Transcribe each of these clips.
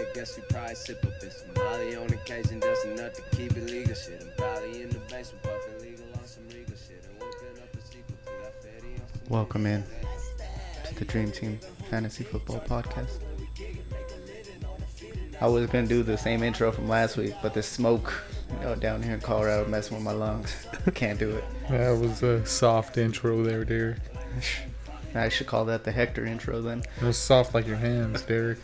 I sip up in some Molly on occasion, just enough to keep it legal shit. I'm probably in the basement, puffin' legal on some legal shit. And whipping up a sequel to that fatty on some Welcome in to the Dream Team Fantasy Football Podcast. I was gonna do the same intro from last week, but the smoke you know, down here in Colorado messing with my lungs. Can't do it. That was a soft intro there, Derek. I should call that the Hector intro then. It was soft like your hands, Derek.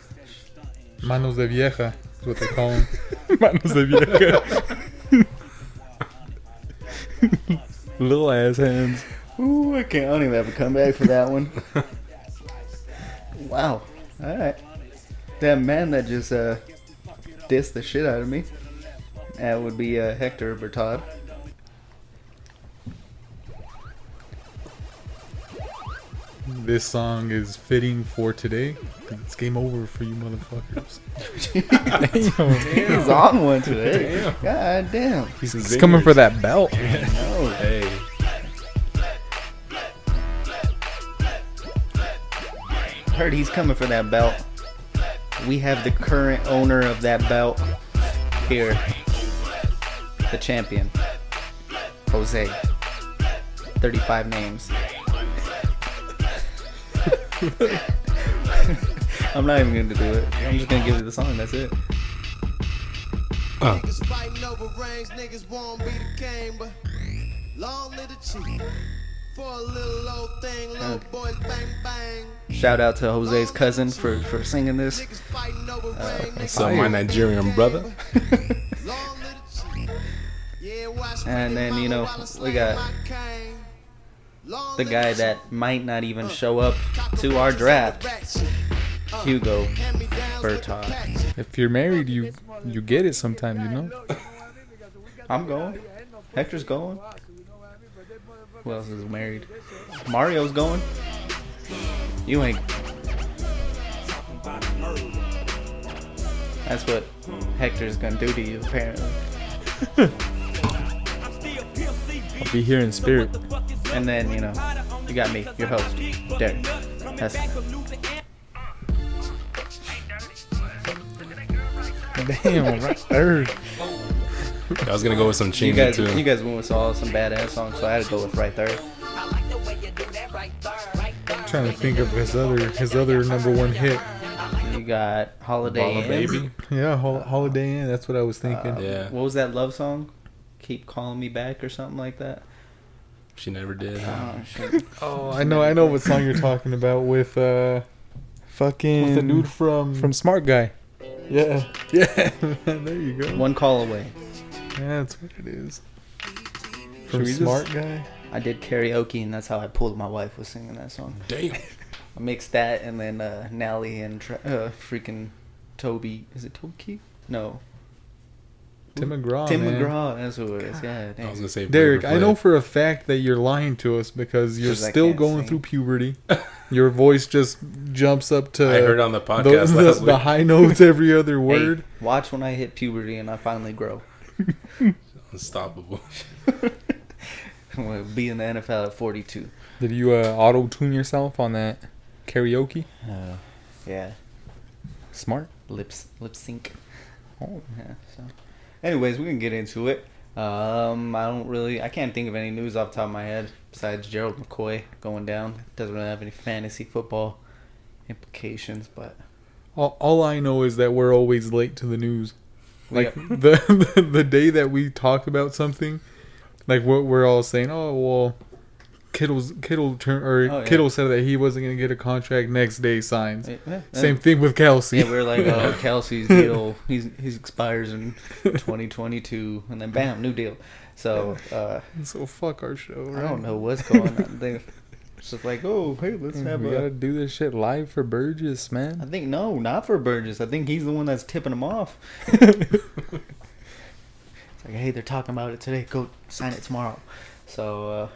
Manos de vieja is what they call them. Manos de vieja. Little ass hands. Ooh, I can't. I don't even have a comeback for that one. wow. All right. That man that just uh, dissed the shit out of me. That would be uh, Hector Bertad. This song is fitting for today. It's game over for you motherfuckers. He's on one today. God damn. He's, he's coming for that belt. No. Hey, Heard he's coming for that belt. We have the current owner of that belt here. The champion. Jose. 35 names. I'm not even gonna do it. I'm just gonna give you the song, that's it. Niggas fighting over rings, niggas won't be the king, but long live the chief. For a little old thing, Uh. little boys bang bang. Shout out to Jose's cousin for, for singing this. Niggas fighting over rings, niggas so Uh, my won't be the Nigerian king, brother. but Long live the chief. Yeah, watch And Ricky then, you Mama know, while I we slay got my king. Long The live guy chief. that might not even show up to Cockroaches our on the draft, rat shit. Uh, Hugo hand-me-downs with the Bertog. pack shit. If you're married, you you get it sometime, you know. I'm going. Hector's going. Who else is married? Mario's going. You ain't. That's what Hector's gonna do to you, apparently. I'll be here in spirit. And then, you know, you got me, your host, Derek. That's. Damn, right there. I was gonna go with some You Chingy guys, too. you guys went with all some badass songs, so I had to go with right there. Trying to think of his other his other number one hit. You got Holiday Ball Inn. of baby. Yeah, Hol- Holiday Inn. That's what I was thinking. Yeah, What was that love song? Keep calling me back or something like that. she never did. Oh shit! Oh, I know, I know what song you're talking about with uh, fucking with the dude from from Smart Guy. Yeah, yeah. there you go. One call away. Yeah, that's what it is. Should From we just- Smart Guy. I did karaoke, and that's how I pulled my wife was singing that song. Damn. I mixed that, and then uh, Nally and Tra- uh, freaking Toby. Is it Toby? Keith? No, Tim McGraw. Tim Oh, man. McGraw. That's who it is. Yeah, I was gonna dang. say Derek, I Flavor know Flav. for a fact that you're lying to us because you're 'Cause I still can't going sing. through puberty. Your voice just jumps up to. I heard on the the, podcast the- last the week. high notes every other Hey, word. watch when I hit puberty and I finally grow. Unstoppable. I'm gonna be in the NFL at 42. Did you uh, auto tune yourself on that karaoke? Uh, yeah, Smart. lips lip sync. Oh. Yeah, so, anyways, we can get into it. Um, I don't really, I can't think of any news off the top of my head besides Gerald McCoy going down. Doesn't really have any fantasy football implications, but All, all I know is that we're always late to the news. Like Yeah. the, the the day that we talk about something, like what we're all saying, oh well, Kittle's Kittle turn or Oh, yeah. Kittle said that he wasn't gonna get a contract next day signs. Yeah, yeah. Same thing with Kelsey. eh, Yeah, we were like, oh, Kelsey's deal, he's he expires in 2022, and then bam, new deal. So uh, so fuck our show. I Right? don't know what's going on. They, it's just like, oh, hey, let's We have gotta a. do this shit live for Burgess, I man. think no, not for Burgess. I think he's the one that's tipping him off. It's like, hey, they're talking about it today. Go sign it tomorrow. So,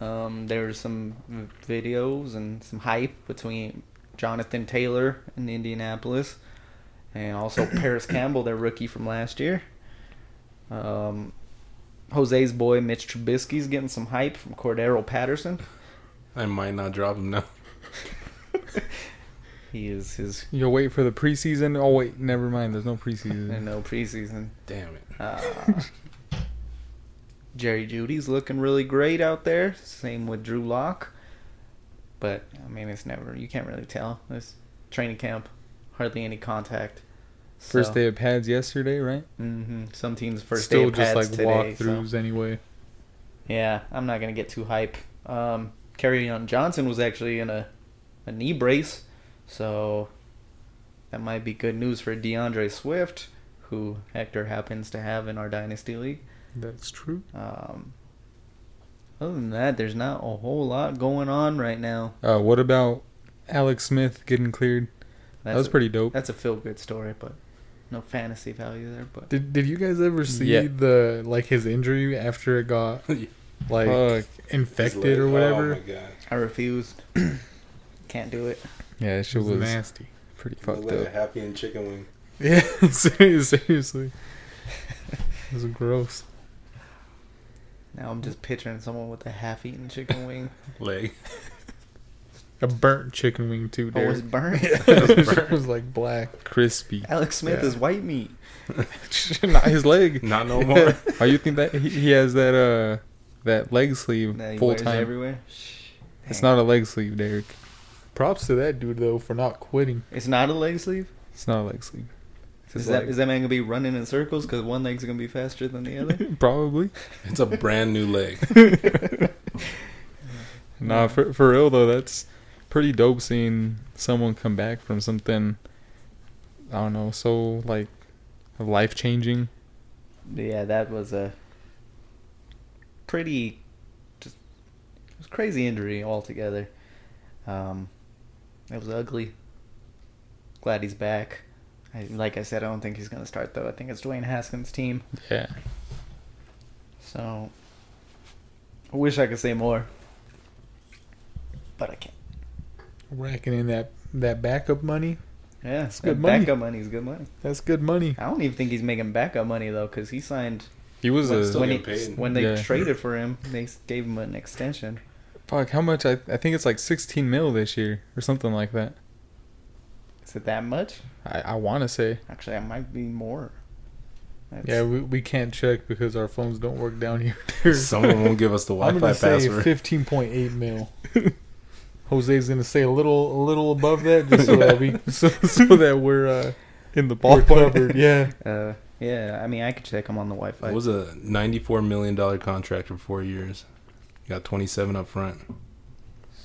uh, um, there were some v- videos and some hype between Jonathan Taylor in Indianapolis and also Paris Campbell, their rookie from last year. Um, Jose's boy Mitch Trubisky's getting some hype from Cordero Patterson. I might not drop him now. He is his. You'll wait for the preseason. Oh wait, never mind. There's no And preseason. no preseason. Damn it. Uh, Jerry Judy's looking really great out there. Same with Drew Lock. But I mean, it's never you can't really tell. It's training camp, hardly any contact. First day of pads yesterday, right? hmm Some teams first Still day of just pads like today. so- walkthroughs anyway. Yeah, I'm not gonna get too hype. Um, Carry on Johnson was actually in a, a knee brace, so that might be good news for DeAndre Swift, who Hector happens to have in our dynasty league. That's true. Um, other than that, there's not a whole lot going on right now. Uh, what about Alex Smith getting cleared? That's that was a, pretty dope. That's a feel good story, but no fantasy value there. But Did Did you guys ever see Yeah. the like his injury after it got like Fuck. infected Oh or my whatever? god. I refused. Can't do it. Yeah, that it shit was was nasty. pretty Look fucked like a up. happy and chicken wing. Yeah, seriously. seriously. it was gross. Now I'm just picturing someone with a half-eaten chicken wing. Leg. A burnt chicken wing too, Oh, it's dude. burnt. it was like black. Crispy. Alex Smith Yeah. is white meat. Not his leg. Not no more. Oh, you think that he, he has that uh that leg sleeve That he full wears time? everywhere. It's not a leg sleeve, Derek. Props to that dude though for not quitting. It's not a leg sleeve. It's not a leg sleeve. It's his Is that leg. is that man gonna be running in circles because one leg's gonna be faster than the other? Probably. It's a brand new leg. Nah, for for real though, that's pretty dope seeing someone come back from something I don't know, so like life changing. yeah, that was a pretty just it was crazy injury altogether. Um, it was ugly. Glad he's back. I, like I said, I don't think he's gonna start though. I think it's Dwayne Haskins' team. Yeah. So I wish I could say more, but I can't. Racking in that that backup money. Yeah, it's good money. backup money is good money. That's good money. I don't even think he's making backup money though, because he signed He was Well, a still when, getting he- paid. when they Yeah. traded for him. They s- gave him an extension. fuck. How much? I I think it's like sixteen mil this year or something like that. Is it that much? I I want to say. Actually, it might be more. That's- Yeah, we, we can't check because our phones don't work down here. Someone won't give us the I'm Wi-Fi gonna say password. fifteen point eight mil. Jose's gonna say a little a little above that just so that we so, so that we're uh In the we're ballpark. covered. Yeah. uh, yeah. I mean, I could check him on the Wi-Fi. It was a ninety-four million dollar contract for four years. You got twenty-seven up front.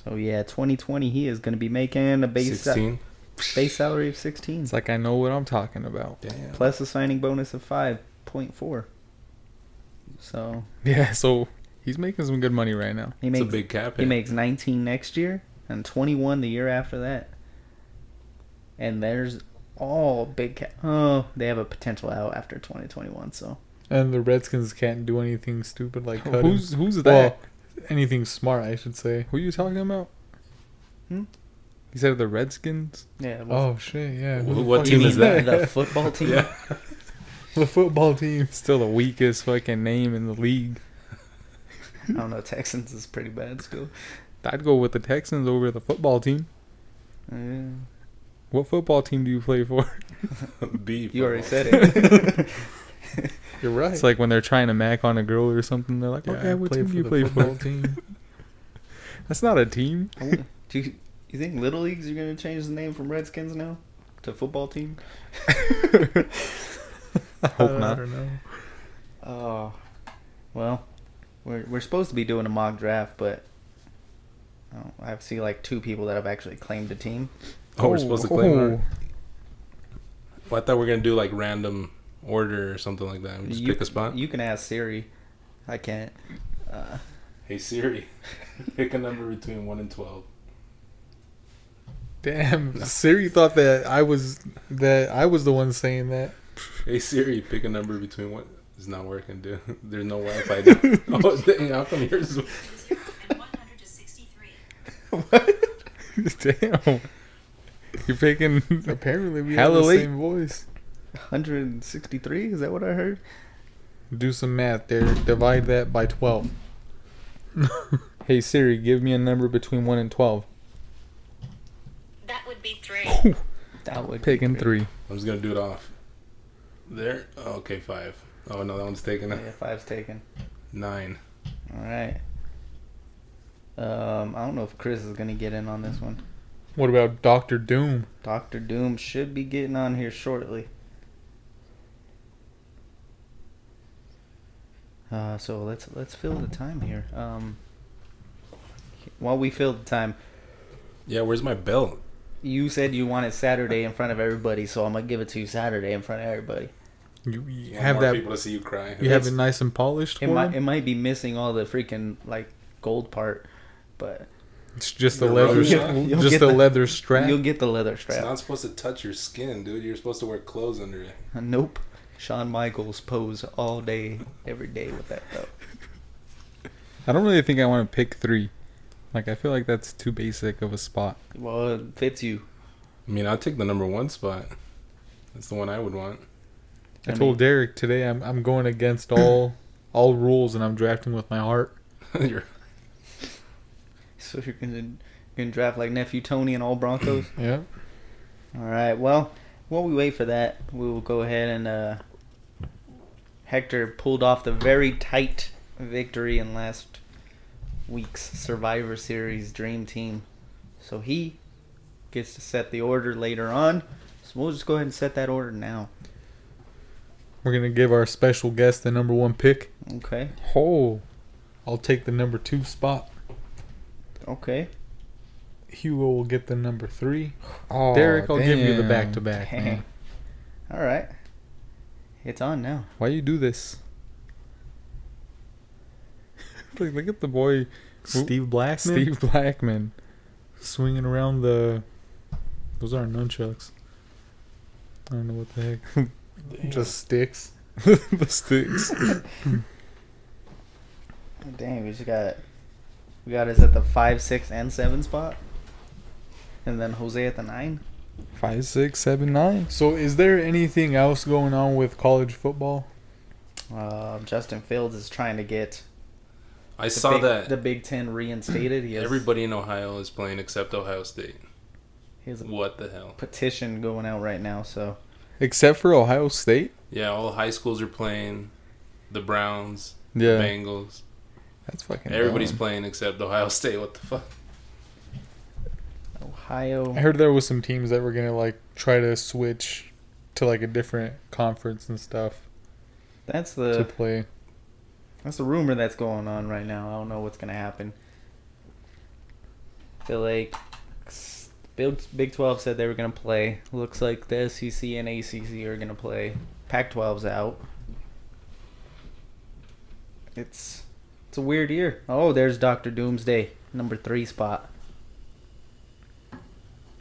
so yeah, 2020, he is going to be making a base sa- Sixteen. base salary of 16 It's like I know what I'm talking about. Damn. plus a signing bonus of 5.4. So Yeah. So he's making some good money right now. he It's a makes big cap he hit. makes 19 next year and 21 the year after that. And there's all big cap. Oh, they have a potential out after 2021. So And the Redskins can't do anything stupid like cut him. Oh, Who's who's that? Well, anything smart, I should say. Who you talking about? Hmm? You said the Redskins. yeah. Oh shit! Yeah. Wh- Who the what fuck team is that? the football team? Yeah. The football team. Still the weakest fucking name in the league. I don't know. Texans is pretty bad still. I'd go with the Texans over the football team. Yeah. What football team do you play for? Beef. You already said it. You're right. It's like when they're trying to mac on a girl or something. They're like, Yeah, okay, I what play team do you the play football for? Team. That's not a team. Do you, you think Little Leagues are going to change the name from Redskins now to football team? I hope I not. don't know. Oh, well, we're we're supposed to be doing a mock draft, but I, don't, I see like two people that have actually claimed a team. Oh, we're supposed to claim oh. her. Well, I thought we were gonna do like random order or something like that. We just You- pick a spot. You can ask Siri. I can't. Uh, hey Siri, pick a number between one and twelve. Damn, Siri thought that I was that I was the one saying that. Hey Siri, pick a number between one. It's not working, dude. There's no Wi-Fi. Down. oh dang! How come yours? is- and 163. Damn. You're picking. Apparently, we have the Hallelujah. same voice. 163 is that what I heard? Do some math there. Divide that by twelve. Hey Siri, give me a number between one and twelve. That would be 3. That would be Picking great. three. I'm just gonna do it off. There. Okay, five. Oh no, that one's taken. Yeah, five's taken. Nine. All right. Um, I don't know if Chris is gonna get in on this one. What about Doctor Doom? Doctor Doom should be getting on here shortly. Uh, so let's let's fill the time here. Um, while we fill the time, Yeah, where's my belt? you said you wanted Saturday in front of everybody, so I'm gonna give it to you Saturday in front of everybody. You, you Want have more that. people to see you cry. You have it nice and polished. It for might him? it might be missing all the freaking like gold part, but It's just the You'll- leather. you'll- you'll just get the the- leather strap. you'll get the leather It's strap. not supposed to touch your skin, dude. You're supposed to wear clothes under it. Nope. Shawn Michaels pose all day, every day with that though. I don't really think I want to pick three. Like I feel like that's too basic of a spot. Well, it fits you. I mean, I'll take the number one spot. That's the one I would want. I I told Derek today I'm I'm going against all all rules and I'm drafting with my heart. You're- So you're gonna you're gonna draft like nephew Tony and all Broncos. Yeah. all right. Well, while we wait for that, we will go ahead and uh, Hector pulled off the very tight victory in last week's Survivor Series Dream Team. So he gets to set the order later on. So we'll just go ahead and set that order now. We're gonna give our special guest the number one pick. Okay. Oh, I'll take the number two spot. Okay. Hugo will get the number three. Oh, Derek, I'll give you the damn. back to back. Dang. man. All right. It's on now. Why you do this? Look, look at the boy Steve Blackman Steve Blackman. swinging around the. Those aren't nunchucks. I don't know what the heck. Just sticks. the sticks. Dang, we just got we got us at the five, six, and seven spot, and then Jose at the nine. Five, six, seven, nine. So, is there anything else going on with college football? Uh, Justin Fields is trying to get I the saw Big- that the Big Ten reinstated. He has, everybody in Ohio is playing except Ohio State. he has a What the hell? petition going out right now. So Except for Ohio State. Yeah, all high schools are playing. The Browns, Yeah, the Bengals. that's fucking. Everybody's dumb. playing except Ohio State. What the fuck? Ohio, I heard there was some teams that were gonna like try to switch to like a different conference and stuff that's to the play. that's the rumor that's going on right now. I don't know what's gonna happen. I feel like s- Big Big Twelve said they were gonna play. Looks like the SEC and ACC are gonna play. Pac 12's out. It's it's a weird year. Oh, there's Doctor Doomsday, number three spot.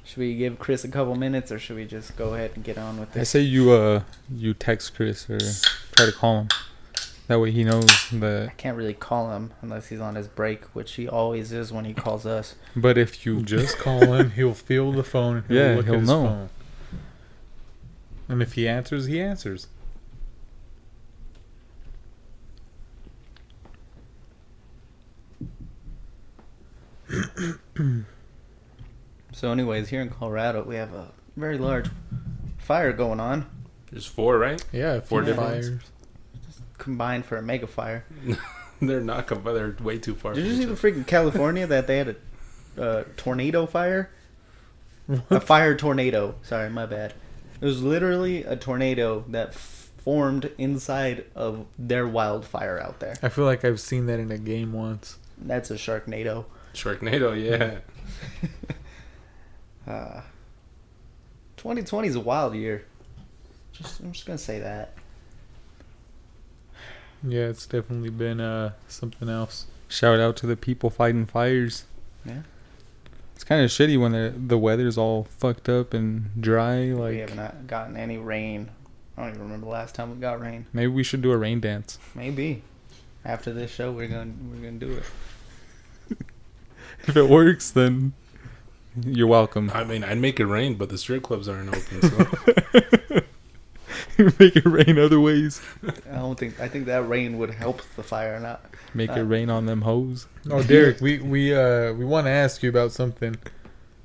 Should we give Chris a couple minutes, or should we just go ahead and get on with I this? say you uh you text Chris or try to call him. That way he knows I that. can't really call him unless he's on his break, which he always is when he calls us. But if you Just call him; he'll feel the phone. And he'll Yeah, look he'll at his know. phone. And if he answers, he answers. So, anyways, here in Colorado, we have a very large fire going on, There's four, right? Yeah, Four he different fires. combined for a mega fire. They're not. com- They're way too far. Did you from see each the other. freaking California that they had a uh, tornado fire? A fire tornado. Sorry, my bad. It was literally a tornado that f- formed inside of their wildfire out there. I feel like I've seen that in a game once. That's a sharknado. Sharknado? Yeah. Uh, 2020 is a wild year. Just, I'm just gonna say that. Yeah, it's definitely been uh something else. shout out to the people fighting fires. Yeah. It's kind of shitty when the the weather's all fucked up and dry. we have Like not gotten any rain. I don't even remember the last time we got rain. maybe we should do a rain dance. Maybe after this show, we're gonna we're gonna do it. If it works, then you're welcome. I mean, I'd make it rain, but the strip clubs aren't open. So Make it rain other ways. I don't think I think that rain would help the fire. Not Make Uh, it rain on them hoes. Oh, Derek, we we uh we want to ask you about something.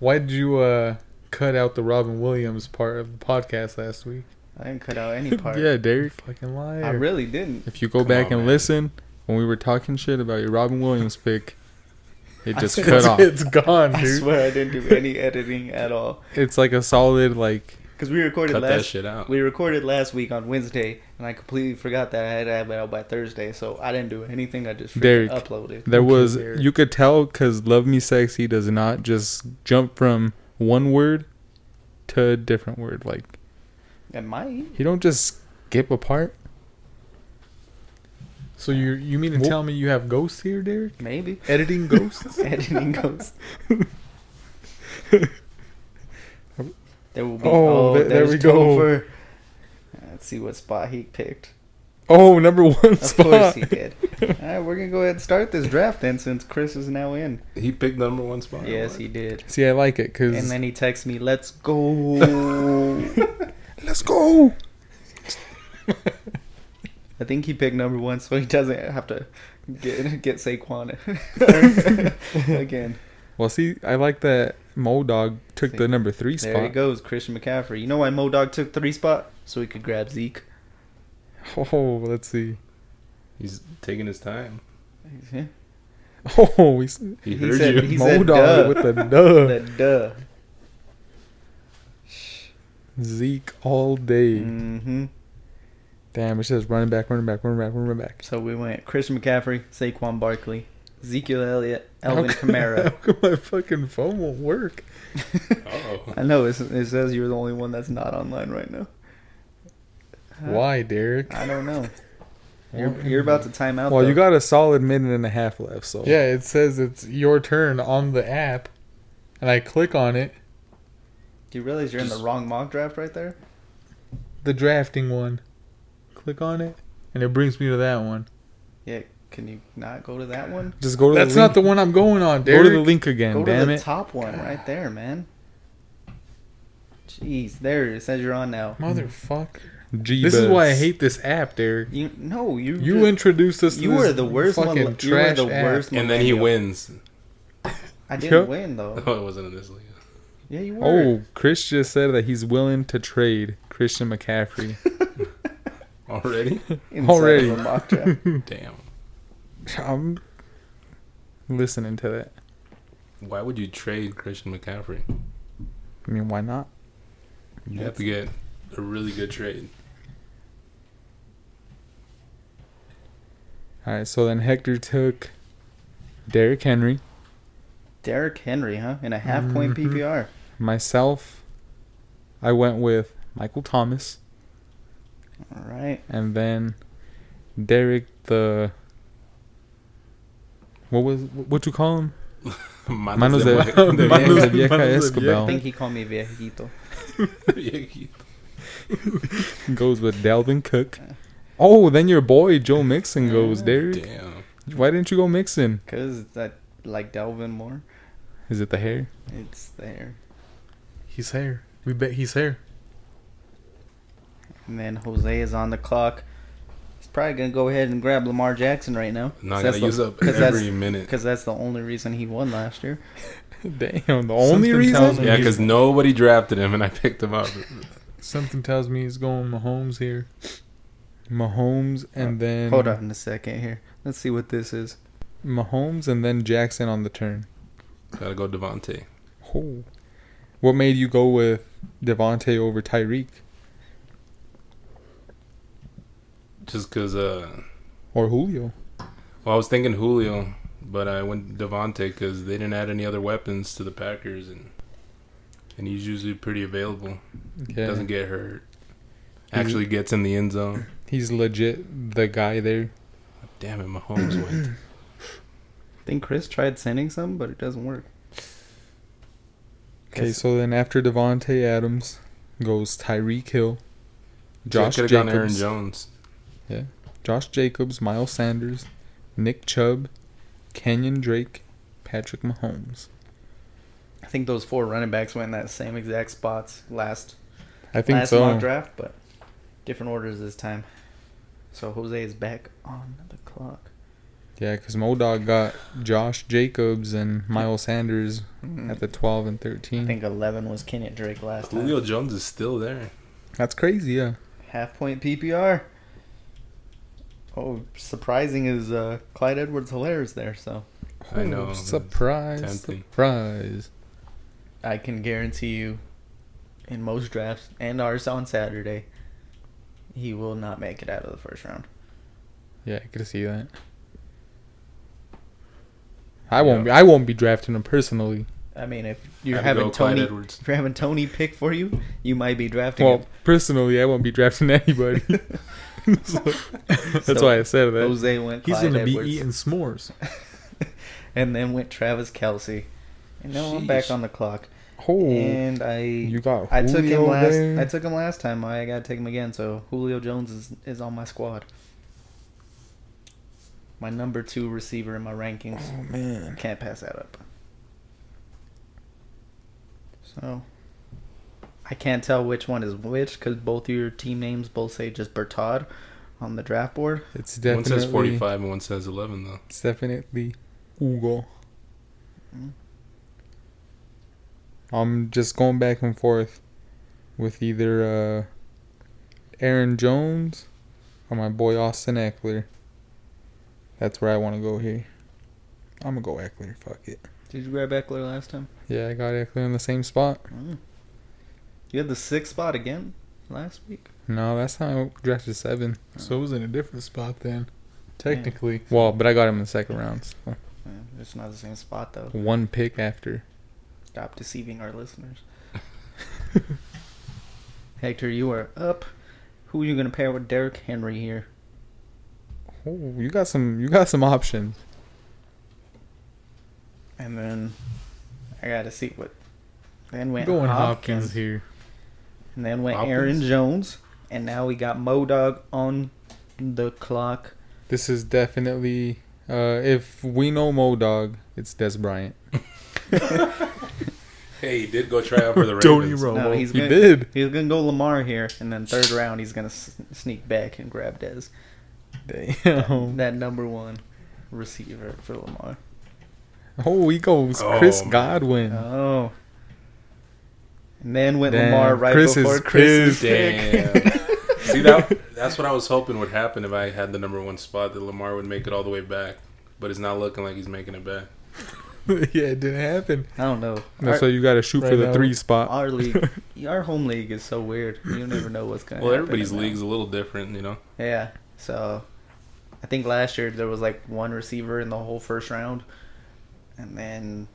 Why did you uh cut out the Robin Williams part of the podcast last week. I didn't cut out any part. yeah, Derek. Fucking liar. I really didn't. If you go Come back on, and man. listen, when we were talking shit about your Robin Williams pick, it I just said- cut off. it's gone, I dude. swear I didn't do any editing at all. It's like a solid like Because we recorded Cut that last shit out. we recorded last week on Wednesday, and I completely forgot that I had to have it out by Thursday. So I didn't do anything. I just freaking Derek, uploaded. there was Derek. you could tell because "Love Me Sexy" does not just jump from one word to a different word. Like It might. you don't just skip a part. So you you mean to Whoop. tell me you have ghosts here, Derek? Maybe. Editing ghosts? Editing goes. there will be. Oh, Oh, th- there there we we go. Topher. Let's see what spot he picked. Oh, number one Of spot. course he did. All right, we're gonna go ahead and start this draft then, since Chris is now in. He picked number one spot. Yes, What? he did. See, I like it because And then he texts me, "Let's go." let's go. I think he picked number one, so he doesn't have to get get Saquon again. Well, see, I like that Moldog took See, the number three spot. There he goes, Christian McCaffrey. You know why Modog took three spot? So he could grab Zeke. Oh, let's see. He's taking his time. Oh, he's He, He heard said- you. he said- Moldog duh. with the duh. That duh. Zeke all day. Mm. hmm Damn, it says running back, running back, running back, running back. So we went Christian McCaffrey, Saquon Barkley, Ezekiel Elliott, Alvin How come- How Kamara. come my fucking phone won't work? oh, I know it's, it says you're the only one that's not online right now. Huh? Why, Derek? I don't know. You're, you're about to time out. Well, you though. got a solid minute and a half left, so Yeah, it says it's your turn on the app, and I click on it, Do you realize you're in the wrong mock draft right there? the drafting one. Click on it, and it brings me to that one. Yeah. Can you not go to that one? just go to That's the not link. the one I'm going on, Go Derek. to the link again, Go to damn the it. top one right there, man. Jeez, there it says you're on now. Motherfucker. G This is why I Buzz. hate this app, Derek. You no, you You just- introduced us to you this are the worst one. fucking You are trash the app. worst. and then he millennial. wins. I didn't Yep. win though. Oh, it wasn't in this league. Yeah, you were. Oh, Chris just said that he's willing to trade Christian McCaffrey. Already? Inside already. of a mock draft. Damn. I'm listening to that. Why would you trade Christian McCaffrey? I mean, why not? You have to get a really good trade. All right, so then Hector took Derrick Henry, Derrick Henry, huh? In a half point Mm-hmm. Mhm. PPR. myself. I went with Michael Thomas, All right. and then Derek the. What was what you call him? Manos Manos, de, de, Mue- de Manos de Vieja Vieja. Manos I de Escobar think he called me viejito. Vieja. goes with Dalvin Cook. Oh, then your boy Joe Mixon goes. Derek, Damn. why didn't you go Mixon? Cause that like Delvin more. Is it the hair? It's there. He's here. We bet he's here. And then Jose is on the clock. He's probably gonna go ahead and grab Lamar Jackson right now. No, I That's gotta the- use up 'cause that's- every minute. Because that's the only reason he won last year. Damn, the only tells reason. me Yeah, he's- because nobody drafted him, and I picked him up. Something tells me he's going Mahomes here. Mahomes and then Hold on a second here. Let's see what this is. Mahomes and then Jackson on the turn. Gotta go Devontae. Oh. What made you go with Devontae over Tyreek? Just because, uh, Or Julio? well, I was thinking Julio, but I went Devontae because they didn't add any other weapons to the Packers, and and he's usually pretty available. Yeah. Doesn't get hurt. Actually gets in the end zone. He's legit the guy there. Damn it, Mahomes went. I think Chris tried sending some, but it doesn't work. Okay, Yes. so then after Devontae Adams goes Tyreek Hill, Josh could have gone Aaron Jacobs. Jones. Josh Jacobs, Miles Sanders, Nick Chubb, Kenyon Drake, Patrick Mahomes. I think those four running backs went in that same exact spots last I think last so. mock draft, but different orders this time. So Jose is back on the clock. Yeah, because Modog got Josh Jacobs and Miles Sanders Mm. at the 12 and I 13. think 11 was Kenyon Drake last Julio time. Jones is still there. That's crazy, yeah. Half point PPR. Oh, surprising is uh, Clyde Edwards Hilaire's there, so I know. Oh, that's Surprise. tempting. Surprise. I can guarantee you in most drafts and ours on Saturday, he will not make it out of the first round. Yeah, I could see that. I won't be I won't be drafting him personally. I mean, if you're Gotta go having Clyde Tony, Edwards. if you're having Tony pick for you, you might be drafting Well, him. personally, I won't be drafting anybody. So, that's So, why I said that. Jose went He's Clyde gonna Edwards, be eating s'mores. and then went Travis Kelsey, and now I'm back Sheesh. on the clock. Oh, And I, you got I took him Julio last. there. I took him last time. I gotta take him again. So Julio Jones is is on my squad. My number two receiver in my rankings. Oh man. Can't pass that up. So I can't tell which one is which because both your team names both say just Bertad on the draft board. It's definitely One says 45 and one says 11, though. It's definitely Hugo. Mm-hmm. Mm. I'm just going back and forth with either uh, Aaron Jones or my boy Austin Eckler. That's where I want to go here. I'm gonna go Eckler. Fuck it. Did you grab Eckler last time? Yeah, I got Eckler in the same spot. Mm. You had the sixth spot again last week. No, that's not I drafted seven. So it was in a different spot then. Technically. Well, but I got him in the second round. So Yeah, it's not the same spot though. one pick after. Stop deceiving our listeners. Hector, you are up. Who are you going to pair with Derrick Henry here? Oh, you got some. You got some options. And then I got to see what. Then went Going Hopkins, Hopkins here. and then went Hopkins? Aaron Jones, and now we got Modog on the clock. This is definitely uh if we know Modog, it's Des Bryant. Hey, he did go try out for the Ravens. Tony Romo. No, he's he gonna, did. He's gonna go Lamar here, and then third round he's gonna s- sneak back and grab Dez, Damn. that number one receiver for Lamar. Oh, he goes Oh, Chris man. Godwin. Oh. And then went Damn, Lamar right Chris before is Chris's pissed. pick. Damn. See that? That's what I was hoping would happen if I had the number one spot that Lamar would make it all the way back, but it's not looking like he's making it back. yeah, it didn't happen. I don't know. That's our, why you got to shoot Right for the now. three spot. our league, our home league is so weird. You never know what's gonna. Well, happen everybody's in that. league's a little different, you know. Yeah. So, I think last year there was like one receiver in the whole first round, and then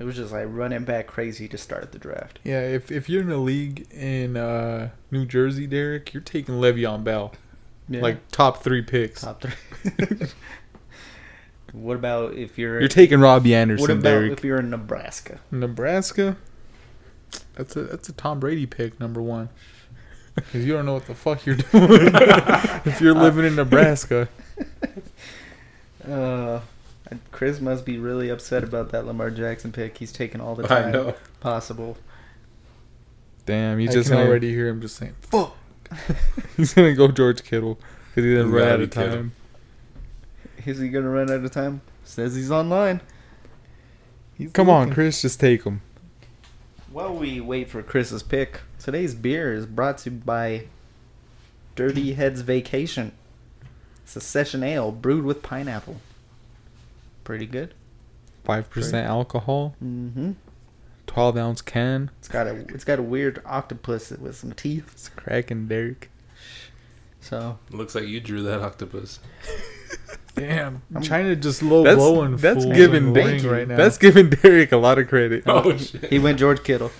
it was just like running back crazy to start the draft. Yeah, if if you're in a league in uh, New Jersey, Derek, you're taking Le'Veon Bell. Like top three picks. top three. what about if you're? You're taking Robbie Anderson, what about Derek. if you're in Nebraska? Nebraska. That's a that's a Tom Brady pick number one. Because you don't know what the fuck you're doing if you're living in Nebraska. Uh, Chris must be really upset about that Lamar Jackson pick. He's taken all the I time know. possible. Damn, he's I just can gonna, already hear him just saying, "Fuck." he's gonna go George Kittle because he didn't You run gotta out of be kidding. time. Is he gonna run out of time? Says he's online. Come on, Chris, just take him. While we wait for Chris's pick, today's beer is brought to you by Dirty Heads Vacation. It's a session ale brewed with pineapple. Pretty good. Five percent alcohol, Mm-hmm. twelve ounce can. It's got a it's got a weird octopus with some teeth. It's cracking, Derek. So Looks like you drew that octopus. Damn, China just low That's blowing. that's fools giving in the league Derek That's giving Derek a lot of credit. Oh shit! he went George Kittle.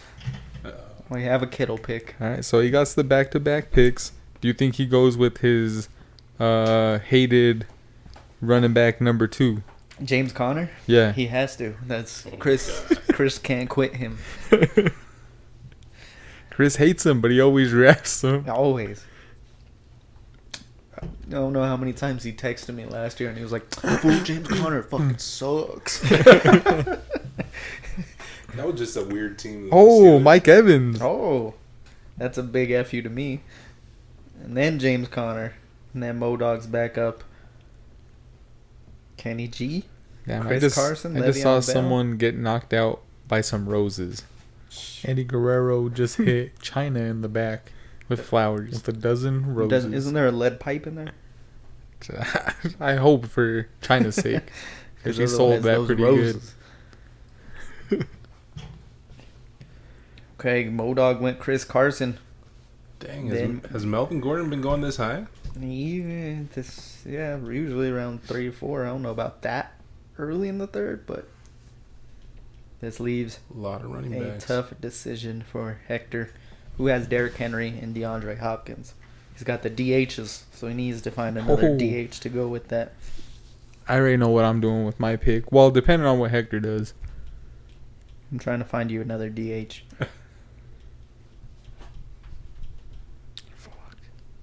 We have a Kittle pick. All right, so he got the back-to-back picks. Do you think he goes with his uh, hated running back number two? James Conner. Yeah, He has to. That's Chris. Chris can't quit him. Chris hates him, but he always drafts him. Always. I don't know how many times he texted me last year and he was like, Fool James Conner fucking sucks. That was just a weird team. Oh, Mike Evans. oh, that's a big F you to me. And then James Conner. And then Modog's back up. Kenny G. Damn, I Chris just, Carson, I just Le'Veon saw Bell. someone get knocked out by some roses Andy Guerrero just hit China in the back with flowers. with a dozen roses. Doesn't, isn't there a lead pipe in there? I hope for China's sake. 'Cause she Whoever sold has that those pretty roses. okay, Modog went Chris Carson. Dang, has, Then- has Melvin Gordon been going this high? Yeah, this yeah, we're usually around three or four. I don't know about that early in the third, but this leaves A lot of running a backs. tough decision for Hector, who has Derrick Henry and DeAndre Hopkins. He's got the DHs, so he needs to find another Oh. DH to go with that. I already know what I'm doing with my pick. Well, depending on what Hector does. I'm trying to find you another DH.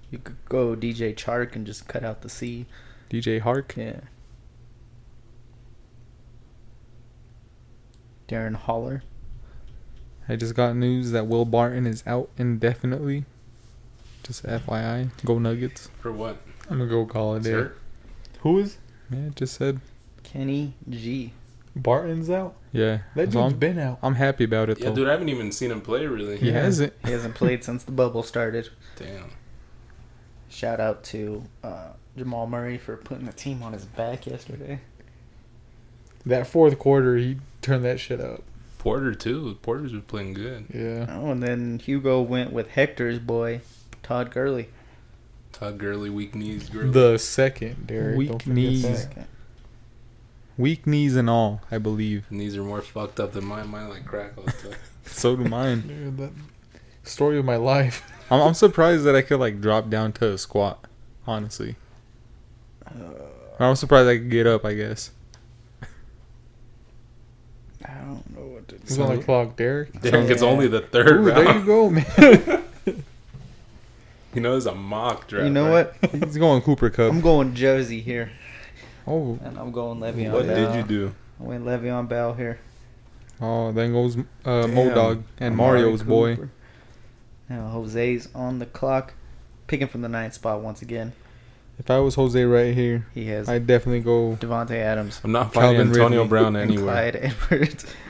You could go DJ Chark and just cut out the C. DJ Hark. Yeah. Darren Holler. I just got news that Will Barton is out indefinitely. Just FYI. Go Nuggets. For what? I'm gonna go call He's hurt? Who is Yeah, it just said. Kenny G. Barton's out? Yeah. That That's dude's all I'm, been out. I'm happy about it Yeah, though. dude, I haven't even seen him play really. He Yeah. hasn't. He hasn't played since the bubble started. Damn. Shout out to uh, Jamal Murray for putting the team on his back yesterday. That fourth quarter, he turned that shit up. Porter too. Porter's been playing good. Yeah. Oh, and then Hugo went with Hector's boy, Todd Gurley. Todd Gurley, weak knees, Gurley. The second, Derek. Weak don't forget knees. that. Weak knees and all, I believe. knees are more fucked up than mine. Mine like crack all the time. So do mine. Dude, that story of my life. I'm, I'm surprised that I could like drop down to a squat. Honestly, I'm surprised I could get up. I guess. I don't know what to do. Who's on the clock, Derek? Derek, it's Yeah. only the third Ooh, round. there you go, man. You know, it's a mock draft. You know right? what? He's going Cooper Cup. I'm going Josie here, Oh, and I'm going Le'Veon. What Bell. did you do? I went Le'Veon Bell here. oh, then goes uh, Modog and Amari Mario's boy. Cooper. Now Jose's on the clock, picking from the ninth spot once again. If I was Jose right here, He has I'd definitely go. Devonte Adams I'm not finding Calvin Antonio Ridley. Brown and anywhere. Clyde Edwards.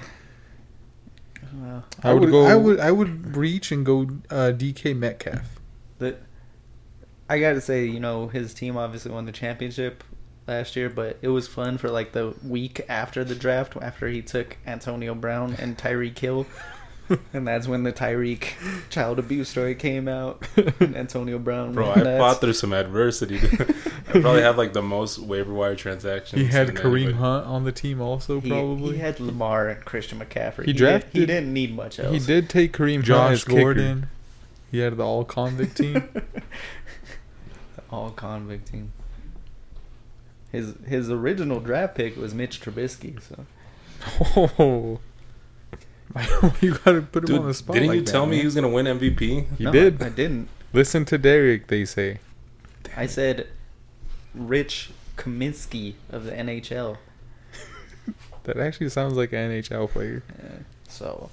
Uh, I would, go. I would. I would reach and go uh, DK Metcalf. the, I gotta say, you know, his team obviously won the championship last year, but it was fun for like the week after the draft, after he took Antonio Brown and Tyreek Hill. and that's when the Tyreek child abuse story came out. And Antonio Brown. Bro, I went nuts. fought through some adversity. dude. I probably have like the most waiver wire transactions. He had in Kareem anybody. Hunt on the team also, He- probably. He, had Lamar and Christian McCaffrey. did- he He drafted- didn't need much else. He did take Kareem Hunt as Josh kicker. Gordon. He had the all convict team. All convict team. His his original draft pick was Mitch Trubisky. So Oh, you gotta put him Dude, on the spot. didn't like you that, tell me man. he was gonna win MVP? he No, did. I didn't. Listen to Derek. They say I said Rich Kaminsky of the NHL. that actually sounds like an NHL player. Yeah, so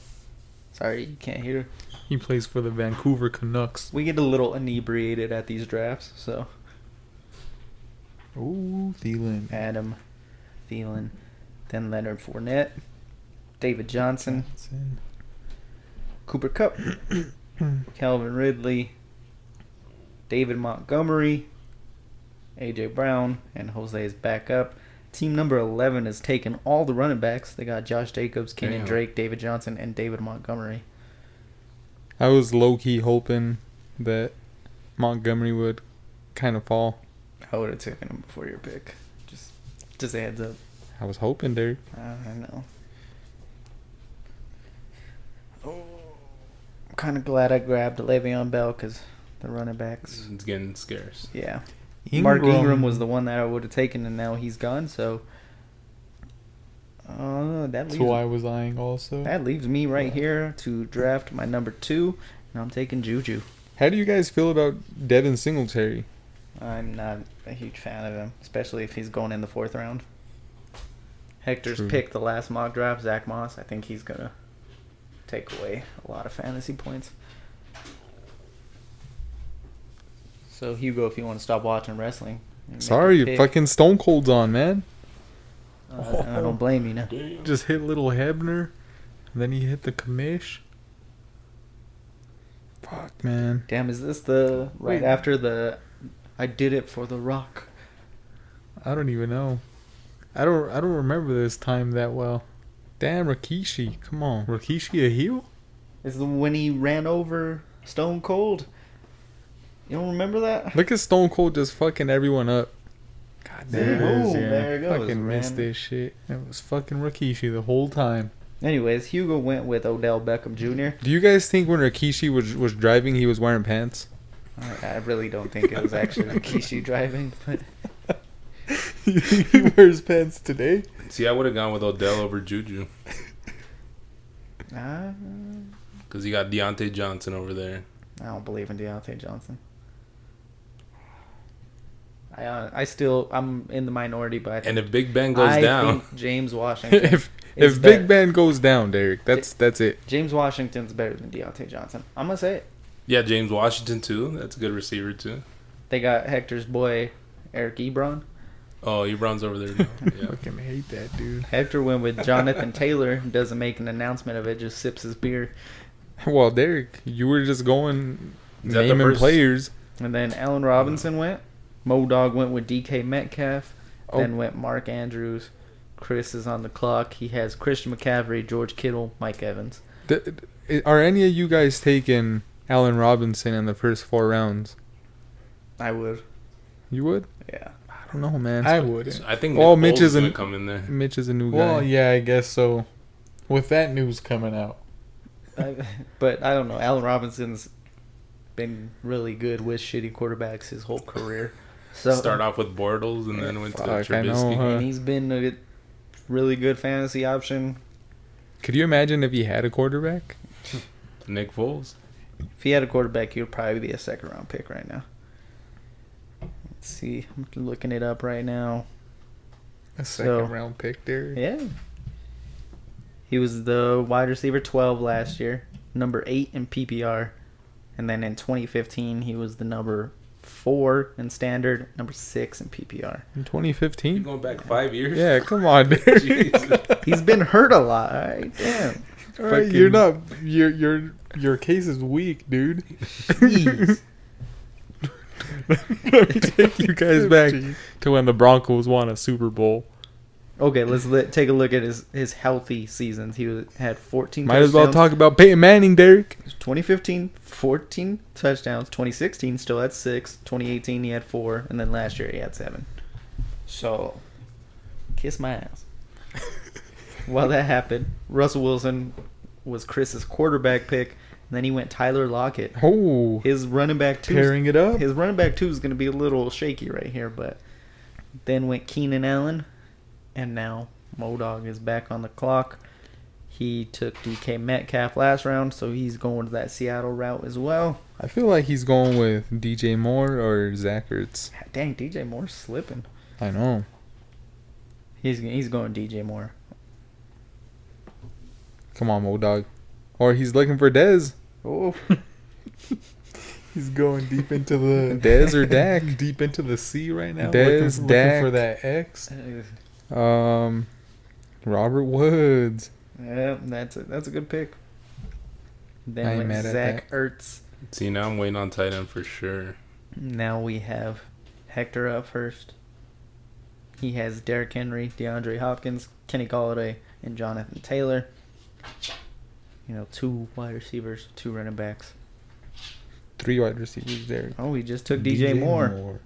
sorry you can't hear. He plays for the Vancouver Canucks. We get a little inebriated at these drafts. So Ooh, Thielen. Adam Thielen, then Leonard Fournette, David Johnson, Cooper Cup, Calvin Ridley, David Montgomery, AJ Brown, and Jose is back up. Team number 11 has taken all the running backs. They got Josh Jacobs, Kenyon Damn. Drake, David Johnson, and David Montgomery. I was low key hoping that Montgomery would kind of fall. I would have taken him before your pick. Just, just a heads up. I was hoping Derek. I don't know. Oh, I'm kind of glad I grabbed Le'Veon Bell because the running backs. It's getting scarce. Yeah. Mark Ingram was the one that I would have taken, and now he's gone. So uh, that That's who I leaves, was eyeing also. that leaves me right here to draft my number two, and I'm taking Juju. How do you guys feel about Devin Singletary? I'm not a huge fan of him, especially if he's going in the fourth round. Hector's True. pick the last mock draft, Zach Moss. I think he's gonna take away a lot of fantasy points. So Hugo, if you want to stop watching wrestling, and make a Sorry, pick- uh, fucking Stone Cold's on, man. I, I don't blame you now. Damn. Just hit little Hebner, and then he hit the commish. Fuck, man. Damn, is this the right Wait. after the I did it for the rock? I don't even know. I don't. I don't remember this time that well. Damn, Rikishi. Come on. Rikishi a heel? Is the when he ran over Stone Cold? You don't remember that? Look at Stone Cold just fucking everyone up. God There it is, it is, there it goes, Fucking missed man. this shit. It was fucking Rikishi the whole time. Anyways, Hugo went with Odell Beckham Jr. Do you guys think when Rikishi was was driving, he was wearing pants? I, I really don't think it was actually Kishi driving, but You think he wears pants today? See, I would have gone with Odell over Juju uh, because you got Deontay Johnson over there. I don't believe in Deontay Johnson. I uh, I still I'm in the minority, but I And think- if Big Ben goes I down, think James Washington. if is if Big better. Ben goes down, Derek, that's that's it. James Washington's better than Deontay Johnson. I'm gonna say it. yeah, James Washington too. That's a good receiver too. They got Hector's boy, Eric Ebron. Oh, Ebron's over there. Now. Yeah. Fucking hate that dude. Hector went with Jonathan Taylor. Doesn't make an announcement of it. Just sips his beer. Well, Derek, you were just going Is that the naming first- players. And then Allen Robinson went. Mo Dog went with DK Metcalf. Oh. Then went Mark Andrews. Chris is on the clock. He has Christian McCaffrey, George Kittle, Mike Evans. Th- th- Are any of you guys taking Allen Robinson in the first four rounds? I would. You would? Yeah. I don't know, man. I would. I think Well, Nick Mitch Mitch is isn't- gonna come in there. Mitch is a new guy. Well, yeah, I guess so. With that news coming out, I, but I don't know. Allen Robinson's been really good with shitty quarterbacks his whole career. So Start off with Bortles and then went to Fuck, I know, Trubisky. huh? and he's been a good- really good fantasy option. Could you imagine if he had a quarterback? Nick Foles. If he had a quarterback, he would probably be a second round pick right now. Let's see. I'm looking it up right now. a So- second round pick, Derek. Yeah. He was the wide receiver 12 last year, number 8 in PPR. And then in 2015, he was the number 4 in standard, number 6 in PPR. In You 2015? going back five years? Yeah, come on, Derek. Jeez. He's been hurt a lot, all right? Damn. All right, you're Fucking- not. Your your your case is weak, dude. Jeez. Let me take you guys back Gee. to when the Broncos won a Super Bowl. Okay, let's let, take a look at his, his healthy seasons. He was, had 14 Might as well touchdowns. talk about Peyton Manning, Derek. 2015, 14 touchdowns. 2016, still had six. 2018, he had four. And then last year, he had seven. So, kiss my ass. While that happened, Russell Wilson was Chris's quarterback pick. And then he went Tyler Lockett. Oh, His running back two. Pairing it up. His running back two is going to be a little shaky right here, but then went Keenan Allen, and now Modog is back on the clock. He took DK Metcalf last round, so he's going to that Seattle route as well. I feel like he's going with DJ Moore or Zach Ertz. Dang, DJ Moore's slipping. I know. He's he's going DJ Moore. Come on, Mo Dog. Or he's looking for Dez. Oh, He's going deep into the Dez or Dak. deep into the sea right now. Dez, looking, Dak. looking for that X. Um, Robert Woods. yeah, that's a, that's a good pick. I Then ain't went mad at Zach Ertz. See, now I'm waiting on tight end for sure. Now we have Hector up first. He has Derrick Henry, DeAndre Hopkins, Kenny Galladay, and Jonathan Taylor. You know, two wide receivers, two running backs. Three wide receivers, Derek. Oh, he just took DJ, Moore.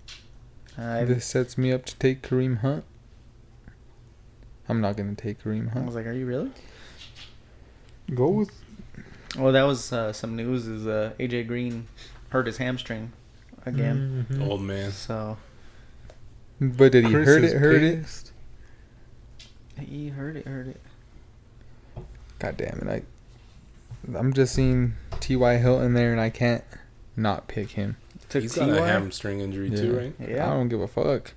Uh, I, This sets me up to take Kareem Hunt. I'm not going to take Kareem I Hunt. was like, "Are you really?" Go with Oh, that was uh, some news. Is uh, AJ Green hurt his hamstring again? Mm-hmm. Mhm. Old Mm. man. So But did he Chris hurt is it? Hurt it? pissed. he hurt it, hurt it. God damn it! I, I'm just seeing T.Y. Hilton there, and I can't not pick him. Took He's got a T.Y. hamstring injury too, Yeah. right? I Yeah, don't give a fuck.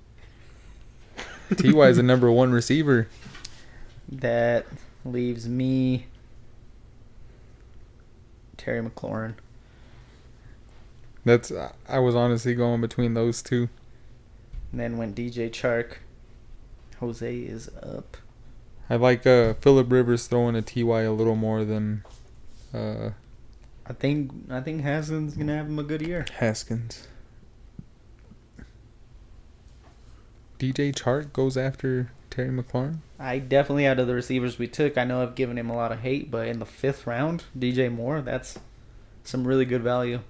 Ty is the number one receiver. that leaves me Terry McLaurin. That's I- I was honestly going between those two. And then went DJ Chark, Jose is up. I like uh, Philip Rivers throwing a ty a little more than uh, I think I think Hasan's gonna have him a good year. Haskins. DJ Chart goes after Terry McLaurin. I definitely out of the receivers we took, I know I've given him a lot of hate, but in the fifth round, DJ Moore, that's some really good value.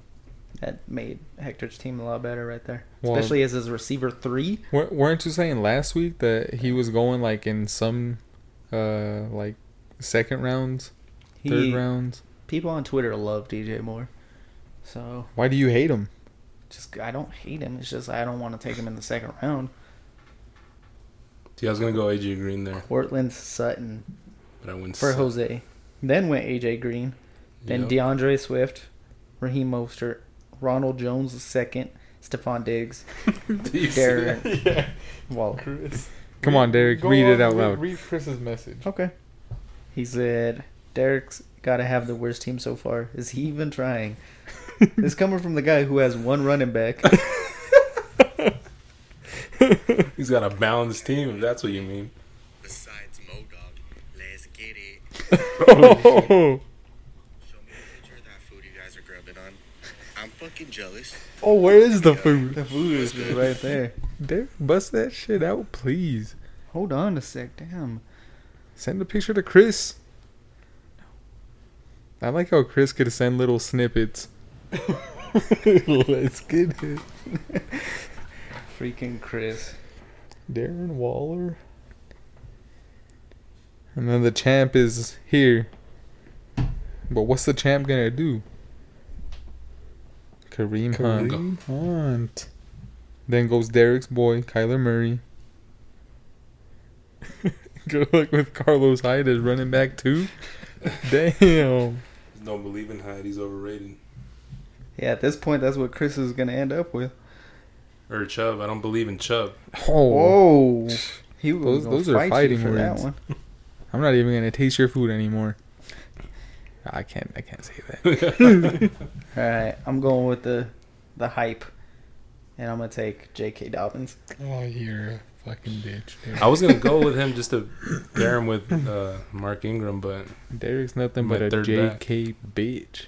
That made Hector's team a lot better right there, Well- especially as his receiver three. Wer- Weren't you saying last week that he was going like in some uh, like second rounds, third He, rounds? people on Twitter love DJ Moore, so Why do you hate him? just I don't hate him. It's just I don't want to take him in the second round. See, I was gonna go AJ Green there, Portland Sutton but I went for Sa- Jose, then went AJ Green, then Yep. DeAndre Swift, Raheem Mostert, Ronald Jones the second, Stephon Diggs, Darren yeah, Waller. Chris. Come on, Derek, Go read it on, out read- loud. Read Chris's message. Okay. He said, Derek's got to have the worst team so far. Is he even trying? it's coming from the guy who has one running back. He's got a balanced team. If that's what you mean. Besides Mo Dog, let's get it. oh, Show me a picture of that food you guys are grubbing on. I'm fucking jealous. Oh, where is the food? the food is just right there. Derek, bust that shit out, please. Hold on a sec. Damn. Send a picture to Chris. I like how Chris could send little snippets. Let's get it. Freaking Chris. Darren Waller. And then the champ is here. But what's the champ gonna do? Kareem, Hunt. Kareem. Hunt. Then goes Derek's boy, Kyler Murray. Good luck with Carlos Hyde as running back too. Damn. Don't believe in Hyde. He's overrated. Yeah, at this point, that's what Chris is going to end up with. Or Chubb. I don't believe in Chubb. Oh, Whoa. He Those- was those gonna are fight you fighting for That words. one. I'm not even gonna taste your food anymore. I can't. I can't say that. All right. I'm going with the, the hype. And I'm going to take J.K. Dobbins. Oh, you're a fucking bitch. Dude. I was gonna go with him just to pair him with uh, Mark Ingram, but Derek's nothing My but a third back. JK bitch.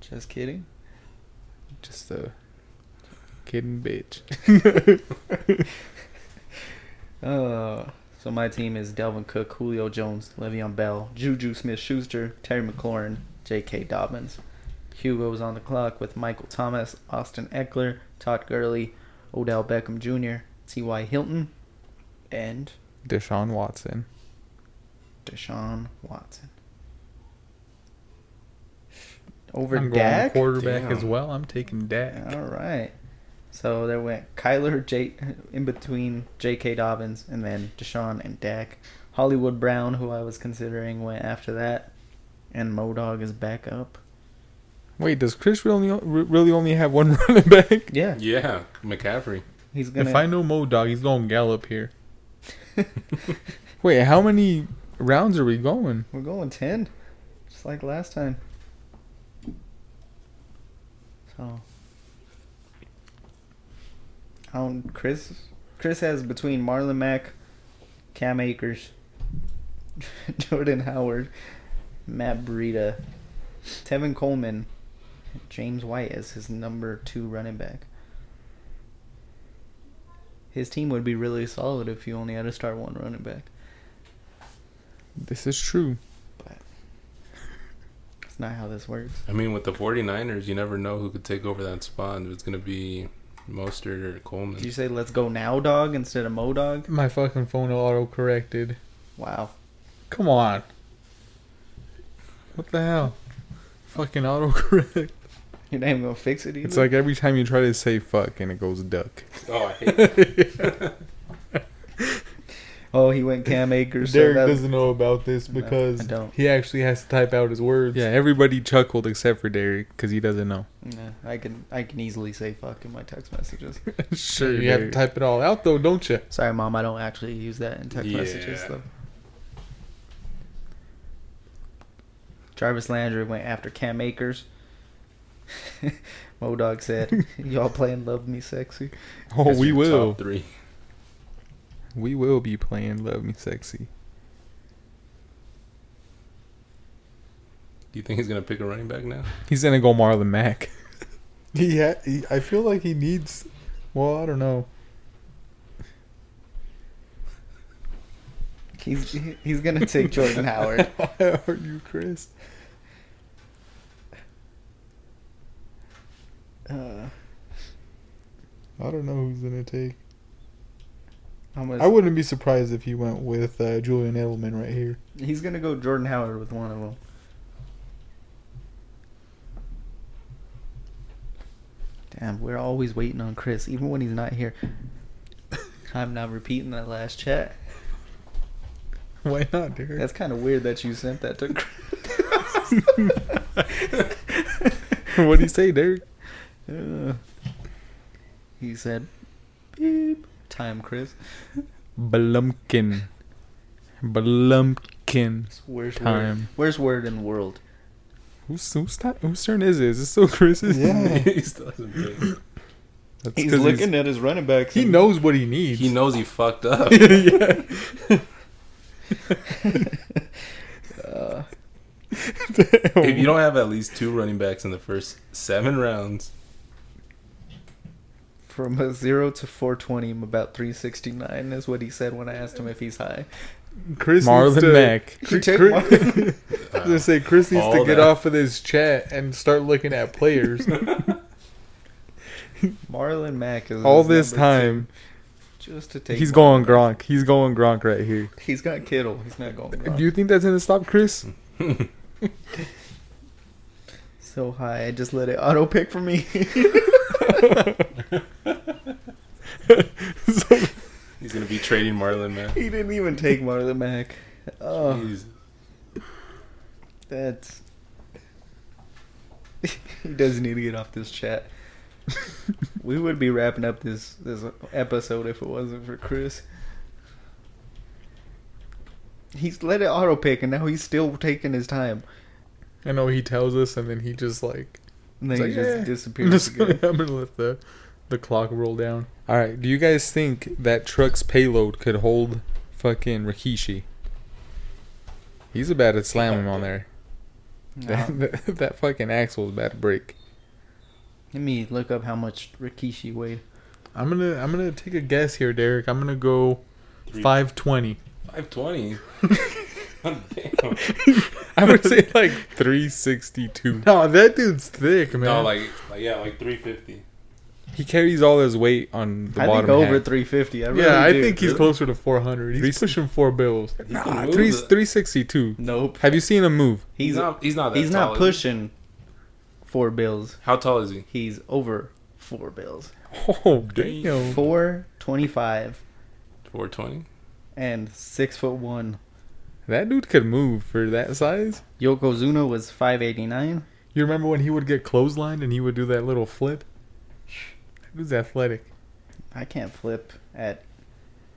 Just kidding. Just a kidding bitch. Uh, so my team is Delvin Cook, Julio Jones, Le'Veon Bell, Juju Smith-Schuster, Terry McLaurin, J.K. Dobbins. Hugo's on the clock with Michael Thomas, Austin Eckler, Todd Gurley, Odell Beckham Jr., T.Y. Hilton, and Deshaun Watson. Deshaun Watson. Over I'm going Dak. quarterback Damn. as well. I'm taking Dak. All right. So there went Kyler J in between J.K. Dobbins and then Deshaun and Dak. Hollywood Brown, who I was considering, went after that, and Modog is back up. Wait, does Chris really really only have one running back? Yeah, yeah, McCaffrey. he's gonna. If I know Mo Dog, he's going gallop here. Wait, how many rounds are we going? We're going ten, just like last time. So, I don't. Chris, Chris has between Marlon Mack, Cam Akers, Jordan Howard, Matt Breida, Tevin Coleman, James White as his number two running back. His team would be really solid if you only had to start one running back. This is true. That's not how this works. I mean, with the 49ers, you never know who could take over that spot. If it's gonna be Mostert or Did you Coleman. say let's go now, dog, instead of mo dog? My fucking phone auto corrected. Wow. Come on. What the hell? Fucking autocorrect. You're not even gonna fix it either. It's like every time you try to say fuck and it goes duck. Oh, I hate that. oh, he went Cam Akers. So Derek that, doesn't know about this No, I because don't. he actually has to type out his words. Yeah, everybody chuckled except for Derek because he doesn't know. Nah, I can I can easily say fuck in my text messages. sure, You have to type it all out though, don't you? Sorry, mom, I don't actually use that in text Yeah. messages though. Jarvis Landry went after Cam Akers. Mo Dog said, "Y'all playing Love Me Sexy." Oh, That's we your will. Top three. We will be playing Love Me Sexy. Do you think he's gonna pick a running back now? He's gonna go Marlon Mack. He, ha- he I feel like he needs. Well, I don't know. He's he- he's gonna take Jordan Howard. Are you Chris? Uh, I don't know who's gonna take. I'm gonna, I wouldn't be surprised if he went with uh, Julian Edelman right here. He's gonna go Jordan Howard with one of them. Damn, we're always waiting on Chris, even when he's not here. I'm not repeating that last chat. Why not, Derek? That's kind of weird that you sent that to Chris. what do you say, Derek? Uh, he said, "Beep time, Chris." Blumpkin. Blumpkin. It's worst word. Time. Worst word in the world. Who's who's ti whose turn is it? Is it still Chris's? Yeah. he still hasn't picked. That's He's 'cause looking at his running backs. He and- knows what he needs. He knows he fucked up. yeah. Uh, if you don't have at least two running backs in the first seven rounds, from a zero to 420, I'm about 369. Is what he said when I asked him if he's high. Chris needs to, Marlon Mack. He took Chris- Marlon- I was gonna say Chris needs All to get that. off of this chat and start looking at players. Marlon Mack is All his this number time, two, just to take. he's Marlon. going Gronk. He's going Gronk right here. He's got Kittle. He's not going. Gronk. Do you think that's gonna stop Chris? Mm. uh, so high. I just let it auto pick for me. he's gonna be trading Marlon Mack. he didn't even take Marlon Mack. Uh. Oh, Jeez. that's. he doesn't need to get off this chat. we would be wrapping up this this episode if it wasn't for Chris. He's let it auto pick, and now he's still taking his time. I know he tells us, and then he just like And then he It's like, just "Yeah." I'm, disappears. just gonna, again. I'm gonna let the the clock roll down. All right. Do you guys think that truck's payload could hold fucking Rikishi? He's about to slam him on there. No. That, that, that fucking axle's about to break. Let me look up how much Rikishi weighed. I'm gonna I'm gonna take a guess here, Derek. I'm gonna go five twenty. 520. I would say like 362. No, that dude's thick, man. no, like, like yeah, like 350. He carries all his weight on the I think bottom over half. 350. I really yeah, I do. think he's closer to four hundred. He's He's- pushing four bills. He can Nah, move three, the- 362. Nope. Have you seen him move? He's He's, not. He's not. That he's not tall, is he? pushing four bills. How tall is he? He's over four bills. Oh, damn. Four twenty-five 420. and six foot one. That dude could move for that size. Yokozuna was five eighty-nine. You remember when he would get clotheslined and he would do that little flip? That dude's athletic. I can't flip at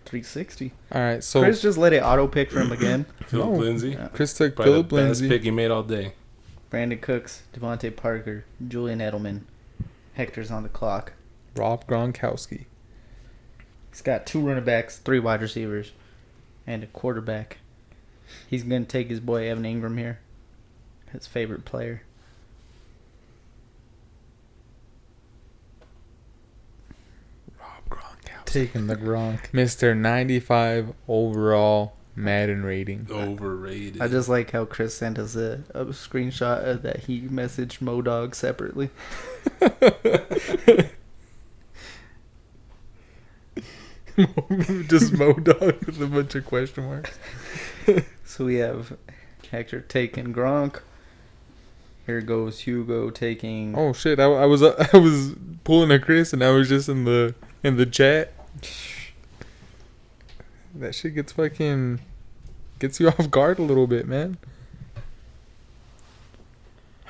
three sixty. All right, so Chris Chris, just let it auto pick for him again. Philip No. Lindsay. Yeah. took Probably Philip the Lindsay. best pick he made all day. Brandon Cooks, Devontae Parker, Julian Edelman, Hector's on the clock. Rob Gronkowski. He's got two running backs, three wide receivers, and a quarterback. He's going to take his boy Evan Ingram here, his favorite player. Rob Gronkowski. Taking the Gronk. Mr. 95 overall Madden rating. Overrated. I just like how Chris sent us a, a screenshot of that he messaged Modog separately. Just Modog with a bunch of question marks. So we have Hector taking Gronk. Here goes Hugo taking. Oh shit! I, I was uh, I was pulling a Chris, and I was just in the in the chat. That shit gets fucking gets you off guard a little bit, man.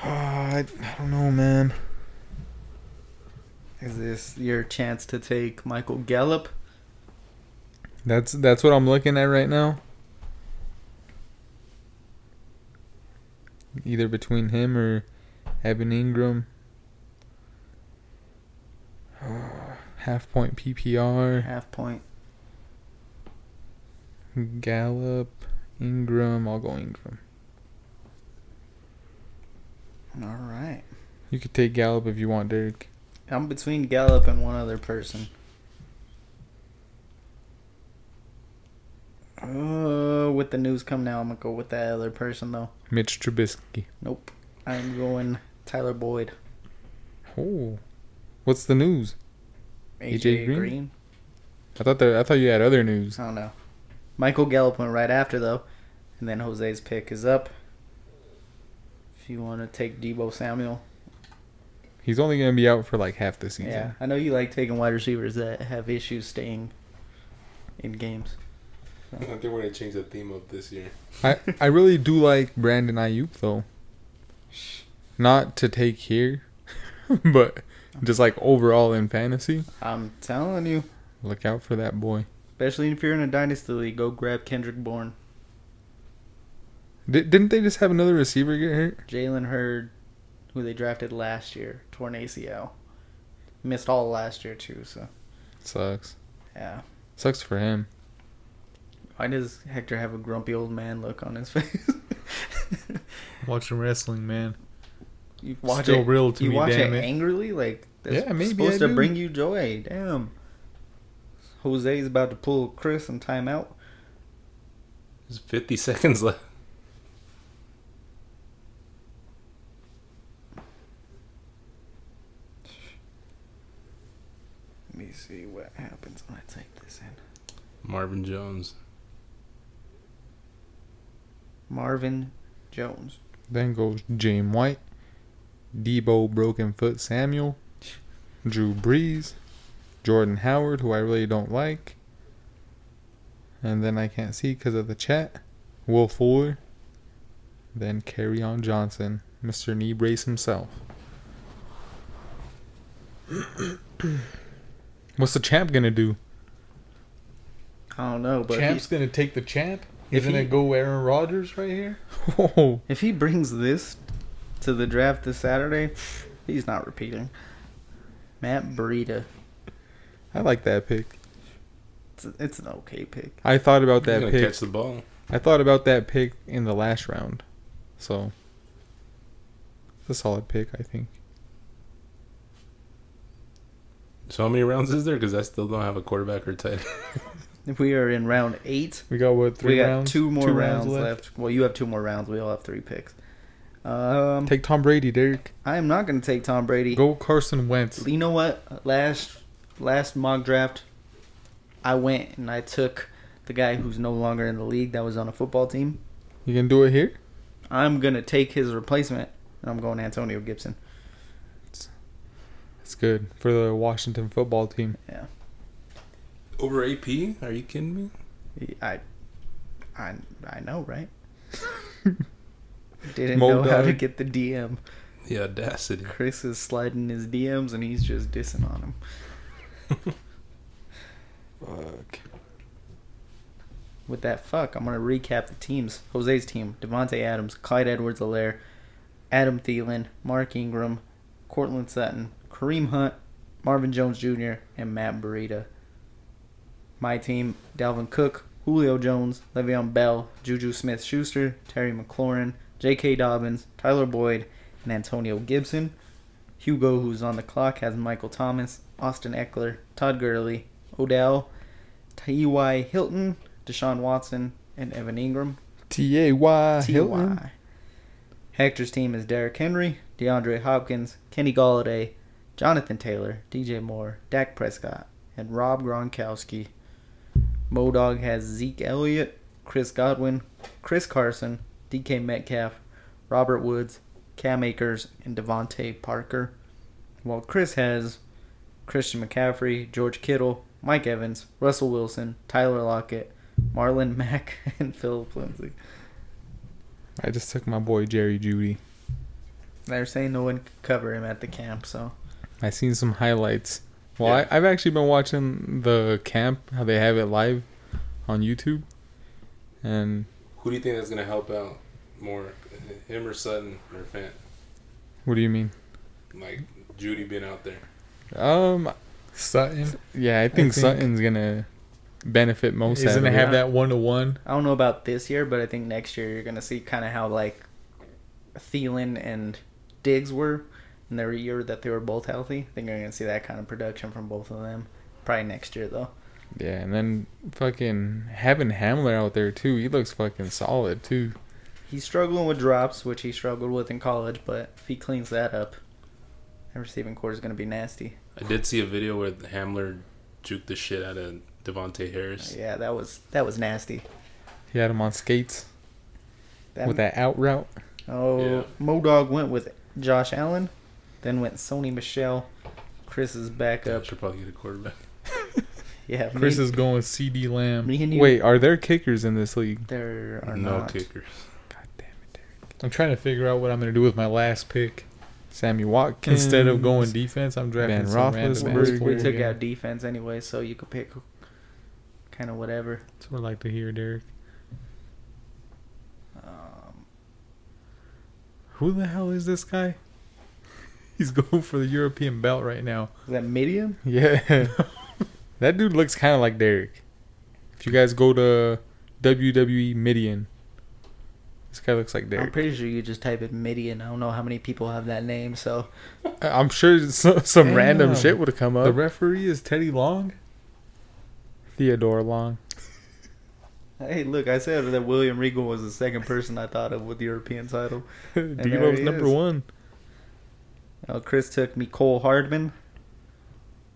Ah, I, I don't know, man. Is this your chance to take Michael Gallup? That's that's what I'm looking at right now. Either between him or Evan Ingram. Half point PPR. Half point. Gallup, Ingram. I'll go Ingram. All right. You could take Gallup if you want, Derek. I'm between Gallup and one other person. Uh, with the news come now, I'm gonna go with that other person though. Mitch Trubisky. Nope, I'm going Tyler Boyd. Oh, what's the news? AJ, AJ Green? Green? I thought there, I thought you had other news. I don't know. Michael Gallup went right after though, and then Jose's pick is up. If you want to take Debo Samuel, He's only gonna be out for like half the season. yeah, I know you like taking wide receivers that have issues staying in games. I think we're gonna change the theme up this year. I, I really do like Brandon Ayuk though. Not to take here, but just like overall in fantasy, I'm telling you, look out for that boy. especially if you're in a dynasty league, go grab Kendrick Bourne. Di- didn't they just have another receiver get hurt? Jalen Hurd, who they drafted last year, tore an ACL. Missed all last year too, so Sucks. yeah. Sucks for him. Why does Hector have a grumpy old man look on his face? Watching wrestling, man. you watch Still it, real to you me, watch damn it, it. angrily, like that's Yeah, maybe supposed I to do. bring you joy. Damn. Jose's about to pull Chris some time out. There's 50 seconds left. Let me see what happens when I type this in. Marvin Jones. Marvin Jones. Then goes James White, Debo Broken Foot Samuel, Drew Brees, Jordan Howard, who I really don't like. And then I can't see because of the chat. Will Fuller. Then Carry On Johnson, Mr. Knee Brace himself. What's the champ gonna do? I don't know, but if Champ's he, gonna take the champ. if Isn't he- it go Aaron Rodgers right here? Oh, if he brings this to the draft this Saturday, he's not repeating. Matt Breida. I like that pick. It's, it's an okay pick. I thought about He's that gonna pick. catch the ball. I thought about that pick in the last round. So it's a solid pick, I think. So how many rounds is there? Because I still don't have a quarterback or tight. end. If we are in round eight, We got what three we got rounds? two more rounds, left. Well, you have two more rounds. We all have three picks. Um, Take Tom Brady, Derek. I am not going to take Tom Brady. Go Carson Wentz. You know what? Last last mock draft, I went and I took the guy who's no longer in the league that was on a football team. You can do it here. I'm going to take his replacement, and I'm going Antonio Gibson. It's good for the Washington football team. Over AP? Are you kidding me? I, I, I know, right? Didn't know Mo how to Dog. get the DM. The audacity. Chris is sliding his DMs and he's just dissing on him. Fuck. With that fuck, I'm gonna recap the teams. Jose's team: Devonte Adams, Clyde Edwards-Helaire, Adam Thielen, Mark Ingram, Cortland Sutton, Kareem Hunt, Marvin Jones Jr., and Matt Burita. My team: Dalvin Cook, Julio Jones, Le'Veon Bell, Juju Smith-Schuster, Terry McLaurin, J.K. Dobbins, Tyler Boyd, and Antonio Gibson. Hugo, who's on the clock, has Michael Thomas, Austin Eckler, Todd Gurley, Odell, T.Y. Hilton, Deshaun Watson, and Evan Ingram. T A Y Hilton. T.Y. Hector's team is Derrick Henry, DeAndre Hopkins, Kenny Galladay, Jonathan Taylor, DJ Moore, Dak Prescott, and Rob Gronkowski. Modog has Zeke Elliott, Chris Godwin, Chris Carson, DK Metcalf, Robert Woods, Cam Akers, and Devontae Parker. While Chris has Christian McCaffrey, George Kittle, Mike Evans, Russell Wilson, Tyler Lockett, Marlon Mack, and Philip Lindsay. I just took my boy Jerry Judy. They're saying no one could cover him at the camp, so I seen some highlights. Well, Yeah. I, I've actually been watching the camp how they have it live on YouTube, and Who do you think that's gonna help out more, him or Sutton or Fant? what do you mean? Like Judy being out there. Um, Sutton. Yeah, I think think- Sutton's gonna benefit most. He's out gonna of have it. that one to one. I don't know about this year, but I think next year you're gonna see kind of how like Thielen and Diggs were in their year that they were both healthy. I think you're gonna see that kind of production from both of them. Probably next year though. Yeah, and then fucking having Hamler out there too. He looks fucking solid too. He's struggling with drops, which he struggled with in college, but if he cleans that up, that receiving core is gonna be nasty. I did see a video where Hamler juked the shit out of Devonte Harris. Yeah, that was that was nasty. He had him on skates That, with that out route. Oh, Yeah. Modog went with Josh Allen, then went Sony Michelle. Chris is back Yeah, up. should probably get a quarterback. Yeah, me, Chris is going with CD Lamb. me and you. Wait, are there kickers in this league? there are no not. kickers. God damn it, Derek. I'm trying to figure out what I'm gonna do with my last pick. Sammy Watkins. Instead of going defense, I'm drafting Ben some random Roethlisberger. ass We, we player took again. out defense anyway, so you could pick kind of whatever. That's what I like to hear, Derek. Um, Who the hell is this guy? He's going for the European belt right now. is that medium? Yeah. that dude looks kind of like Derek. If you guys go to WWE Midian, this guy looks like I'm Derek. pretty sure you just type in Midian. I don't know how many people have that name, so I- I'm sure some, some random Damn. shit would have come up. The referee is Teddy Long. Theodore Long. hey, look, I said that William Regal was the second person I thought of with the European title. D-Lo's he number is. one. Oh, Chris took me Cole Hardman.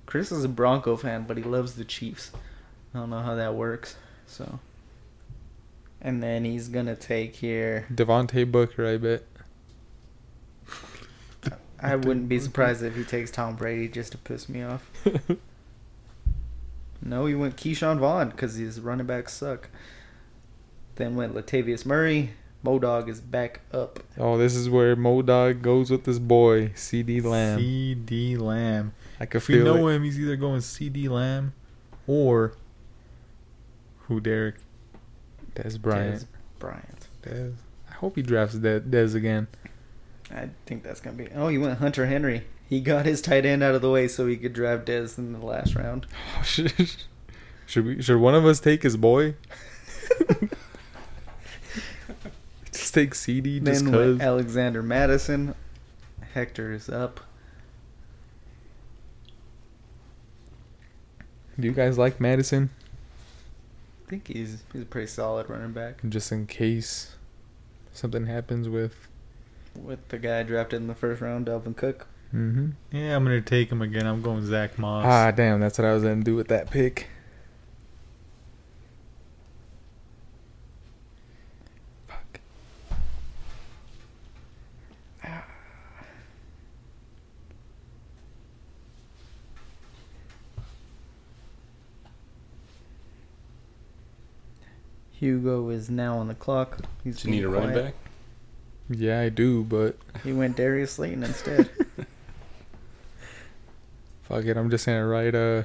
Chris is a Bronco fan, but he loves the Chiefs. I don't know how that works. So, and then he's gonna take here. Devontae Booker, I bet. I wouldn't be surprised if he takes Tom Brady just to piss me off. no, he went Keyshawn Vaughn because his running backs suck. Then went Latavius Murray. Modog is back up. Oh, this is where Modog goes with his boy, CD Lamb. CD Lamb. I could If you feel know it. him, he's either going CD Lamb or who Derek Des Bryant. Dez Bryant. Dez. I hope he drafts De- Des again. I think that's gonna be. Oh, he went Hunter Henry. He got his tight end out of the way so he could draft Dez in the last round. should we? Should one of us take his boy? just take CD just Then went cause. Alexander Madison. Hector is up. Do you guys like Madison? I think he's he's a pretty solid running back. Just in case something happens with. With the guy drafted in the first round, Delvin Cook. Mm-hmm. Yeah, I'm gonna take him again. I'm going Zach Moss. Ah, damn! That's what I was gonna do with that pick. Fuck. Hugo is now on the clock. He's Do you need a been running quiet. back? Yeah, I do, but He went Darius Slayton instead. Fuck it, I'm just gonna write uh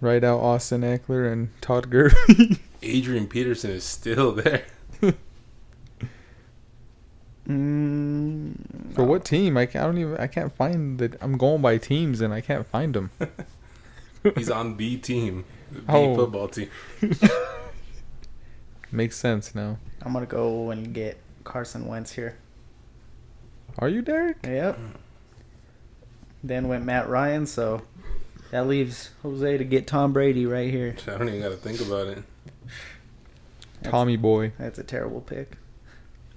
write out Austin Eckler and Todd Gurley. Adrian Peterson is still there. mm, For what team? I, can't, I don't even I can't find that. I'm going by teams and I can't find them. He's on the team, the Oh. football team. Makes sense now. I'm gonna go and get Carson Wentz here. Are you Derek? Yep. Then went Matt Ryan, so that leaves Jose to get Tom Brady right here. I don't even got to think about it. That's- Tommy boy. That's a terrible pick.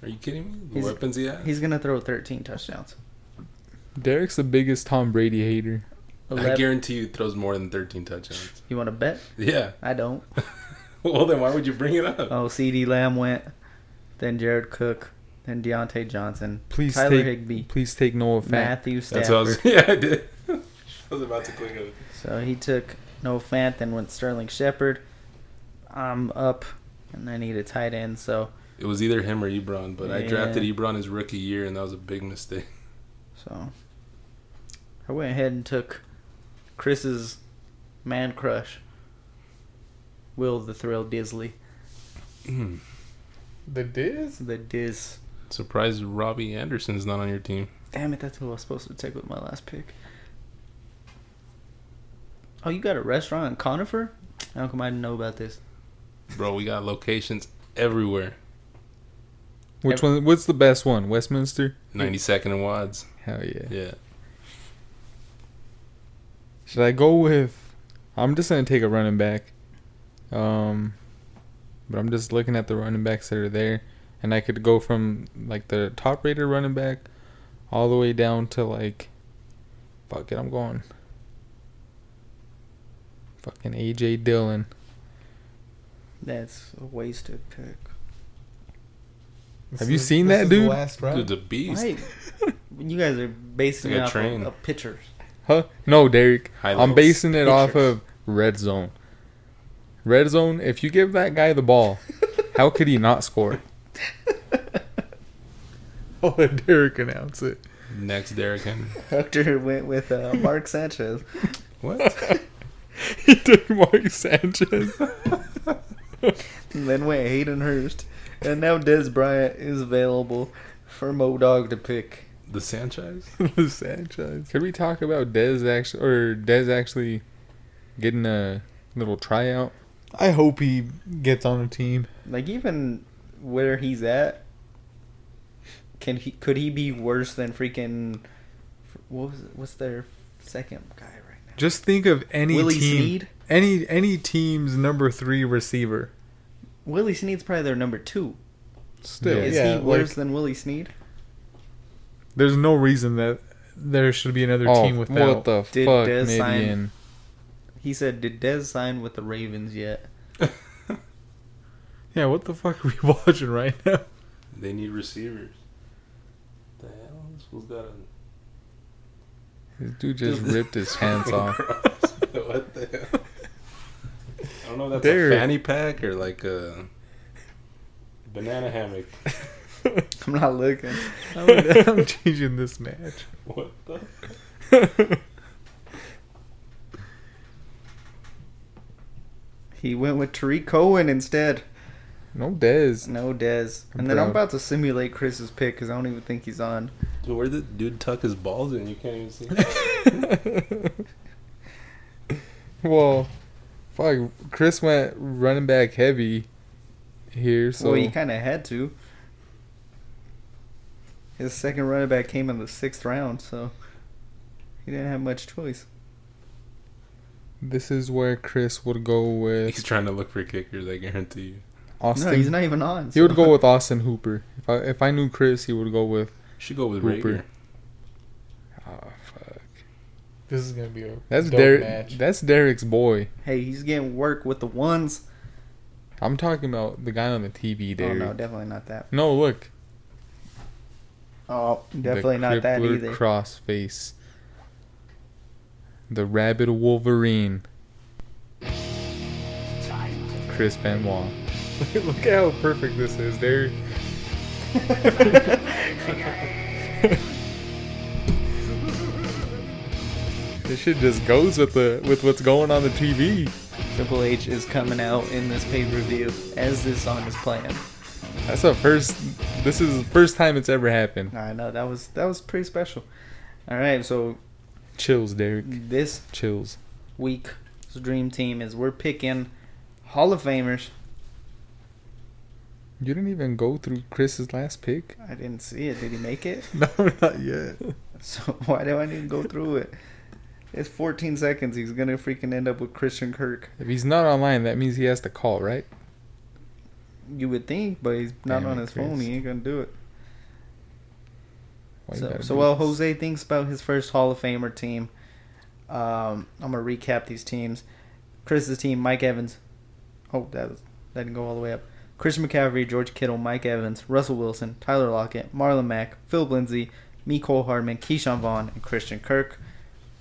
Are you kidding me? The He's- weapons he has. He's gonna throw 13 touchdowns. Derek's the biggest Tom Brady hater. I 11 guarantee you throws more than 13 touchdowns. you want to bet? Yeah. I don't. Well, then why would you bring it up? Oh, C.D. Lamb went, then Jared Cook, then Deontay Johnson, Please Tyler take Higbee, please take Noah Fant. Matthew That's Stafford. what I was. Yeah, I did. I was about to click it. So he took no Fant, then went Sterling Shepard. I'm up, and I need a tight end. So It was either him or Ebron, but I Yeah. drafted Ebron his rookie year, and that was a big mistake. so I went ahead and took Chris's man crush, Will the Thrill Disley, the Diz? the Diz. Surprised Robbie Anderson's not on your team. Damn it, that's who I was supposed to take with my last pick. Oh, you got a restaurant in Conifer? How come I didn't know about this? Bro, we got locations everywhere. Which one? What's the best one? Westminster. 92nd and Wads. Hell yeah. Yeah. Should I go with? I'm just gonna take a running back. Um, but I'm just looking at the running backs that are there, and I could go from like the top rated running back, all the way down to like, fuck it, I'm going. Fucking AJ Dillon. That's a wasted pick. Have you seen that, dude? last round. Dude's a beast. Right. you guys are basing Like it a off train. of, of pitchers. Huh? No, Derek. I'm Highlights. basing it off Pictures. of red zone. Red zone. If you give that guy the ball, how could he not score? I'll let Derek announce it. Next, Derrick Henry. Hector went with uh, Mark Sanchez. What? he took Mark Sanchez. And then went Hayden Hurst. And now Des Bryant is available for Modog to pick. the Sanchez? Sanchez. Could we talk about Dez actually or Dez actually getting a little tryout? I hope he gets on a team. Like even where he's at, can he could he be worse than freaking? What was what's their second guy right now? Just think of any Willie team, Snead. any any team's number three receiver. Willie Snead's probably their number two. Still, Yeah. Is yeah, he like, worse than Willie Snead? there's no reason that there should be another Oh, team what without. the Did fuck, Dez sign- Midian? He said, "Did Dez sign with the Ravens yet?" yeah, what the fuck are we watching right now? They need receivers. The hell? This fool's got a. This dude just Dude. ripped his pants off. what the hell? I don't know if that's Derrick. a fanny pack or like a banana hammock. I'm not looking. I'm, I'm changing this match. What the? He went with Tariq Cohen instead. No Dez. No Dez. I'm And then I'm proud. about to simulate Chris's pick because I don't even think he's on. Dude, where did dude tuck his balls in? You can't even see. well, fuck. Chris went running back heavy here, so well, he kind of had to. His second running back came in the sixth round, so he didn't have much choice. this is where Chris would go He's with trying to look for kickers. I guarantee you. Austin. No, he's not even on. He would so- go with Austin Hooper. If I if I knew Chris, he would go with. Should go with Hooper. Rager. Oh, fuck. This is gonna be a That's dope Derek. match. That's Derek's boy. Hey, he's getting work with the ones. I'm talking about the guy on the TV, Oh Derek. no, no, definitely not that. look. Oh, The definitely not that Crippler either. Crossface. The Rabbit Wolverine. Chris Benoit. Look how perfect this is, Derek. This shit just goes with the with what's going on the TV. Triple H is coming out in this pay per view as this song is playing. That's the first. This is the first time it's ever happened. I know that was that was pretty special. All right, so Chills, Derek. this Chills. week's dream team is we're picking Hall of Famers. You didn't even go through Chris's last pick. I didn't see it. Did he make it? No, not yet. So why do I need to go through it? It's 14 seconds. He's gonna freaking end up with Christian Kirk. If he's not online, that means he has to call, right? You would think, but he's not Damn on it, his phone. Chris. He ain't gonna do it. Why you so gotta so do while this? Jose thinks about his first Hall of Famer team, um, I'm gonna recap these teams. Chris's team: Mike Evans. Oh, that was, that didn't go all the way up. Christian McCaffrey, George Kittle, Mike Evans, Russell Wilson, Tyler Lockett, Marlon Mack, Phil Lindsay, Nicole Hardman, Keyshawn Vaughn, and Christian Kirk.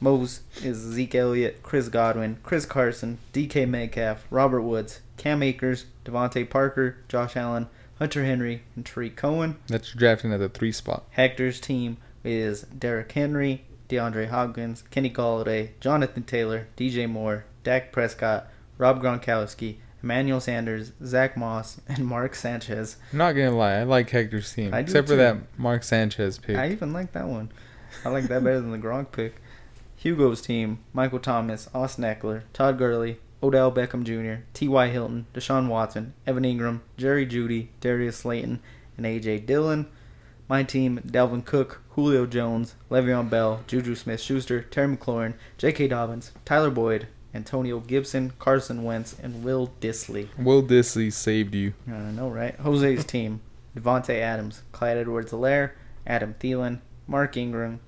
Mose is Zeke Elliott, Chris Godwin, Chris Carson, DK Metcalf, Robert Woods, Cam Akers, Devontae Parker, Josh Allen, Hunter Henry, and Tariq Cohen. That's drafting at the three spot. Hector's team is Derrick Henry, DeAndre Hopkins, Kenny Galladay, Jonathan Taylor, DJ Moore, Dak Prescott, Rob Gronkowski, Emmanuel Sanders, Zach Moss, and Mark Sanchez. I'm not gonna lie, I like Hector's team, I do except for too. that Mark Sanchez pick. I even like that one. I like that better than the Gronk pick. Hugo's team: Michael Thomas, Austin Eckler, Todd Gurley, Odell Beckham Jr., T.Y. Hilton, Deshaun Watson, Evan Ingram, Jerry Judy, Darius Slayton, and A.J. Dillon. My team, Dalvin Cook, Julio Jones, Le'Veon Bell, Juju Smith Schuster, Terry McLaurin, J.K. Dobbins, Tyler Boyd, Antonio Gibson, Carson Wentz, and Will Disley. Will Disley saved you. I know, right? Jose's team: Devonte Adams, Clyde Edwards-Helaire, Adam Thielen, Mark Ingram,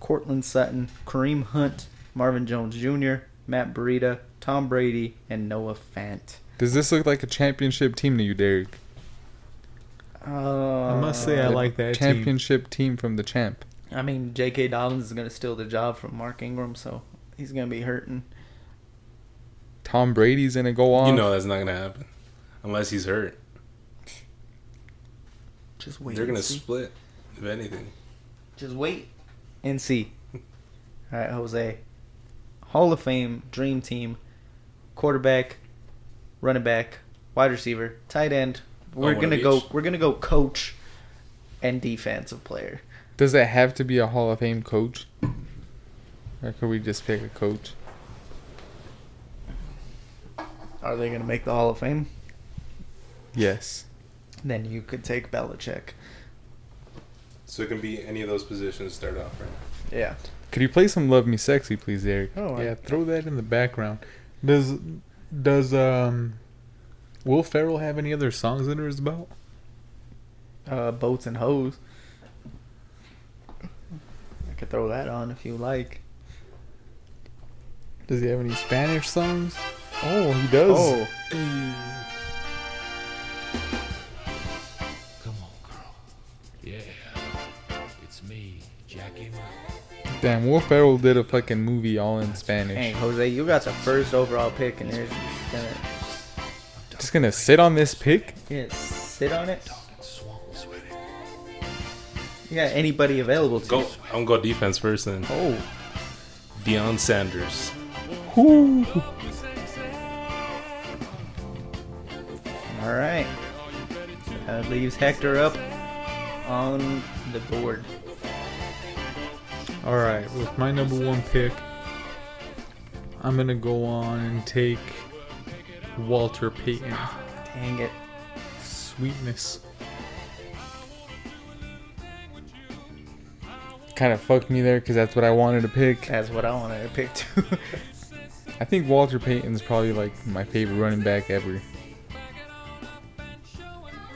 Cortland Sutton, Kareem Hunt, Marvin Jones Jr., Matt Burita, Tom Brady, and Noah Fant. Does this look like a championship team to you, Derek? Uh, I must say I The like that team. championship team. from the champ. I mean, J.K. Dobbins is gonna steal the job from Mark Ingram, so he's gonna be hurting. Tom Brady's gonna go off. You know that's not gonna happen unless he's hurt. Just wait. They're and gonna see. split, if anything. Just wait and see. All right, Jose. Hall of Fame dream team, quarterback, running back, wide receiver, tight end. We're Oh, one gonna of go. each? We're gonna go coach, and defensive player. Does it have to be a Hall of Fame coach? Or could we just pick a coach? Are they gonna make the Hall of Fame? Yes. Then you could take Belichick. So it can be any of those positions to start off right. Yeah. Could you play some Love Me Sexy, please, Derek? Oh, Yeah, throw that in the background. Does does um Will Ferrell have any other songs under his belt? uh, boats and hoes. I could throw that on if you like. Does he have any Spanish songs? Oh, he does. Oh, Come on, girl. Yeah. It's me, Jackie Mike. Damn, Will Ferrell did a fucking movie all in Spanish. hey Jose, you got the first overall pick, and you're just gonna Just gonna sit on this pick? yeah, sit on it. Swamp sweaty. Yeah, anybody available to Go. you. I'm gonna go defense first then. Oh, Deion Sanders. Whoo! all right. That leaves Hector up on the board. All right, with my number one pick, I'm gonna go on and take Walter Payton. Dang it. Sweetness. Kind of fucked me there because that's what I wanted to pick. That's what I wanted to pick too. I think Walter Payton's probably like my favorite running back ever.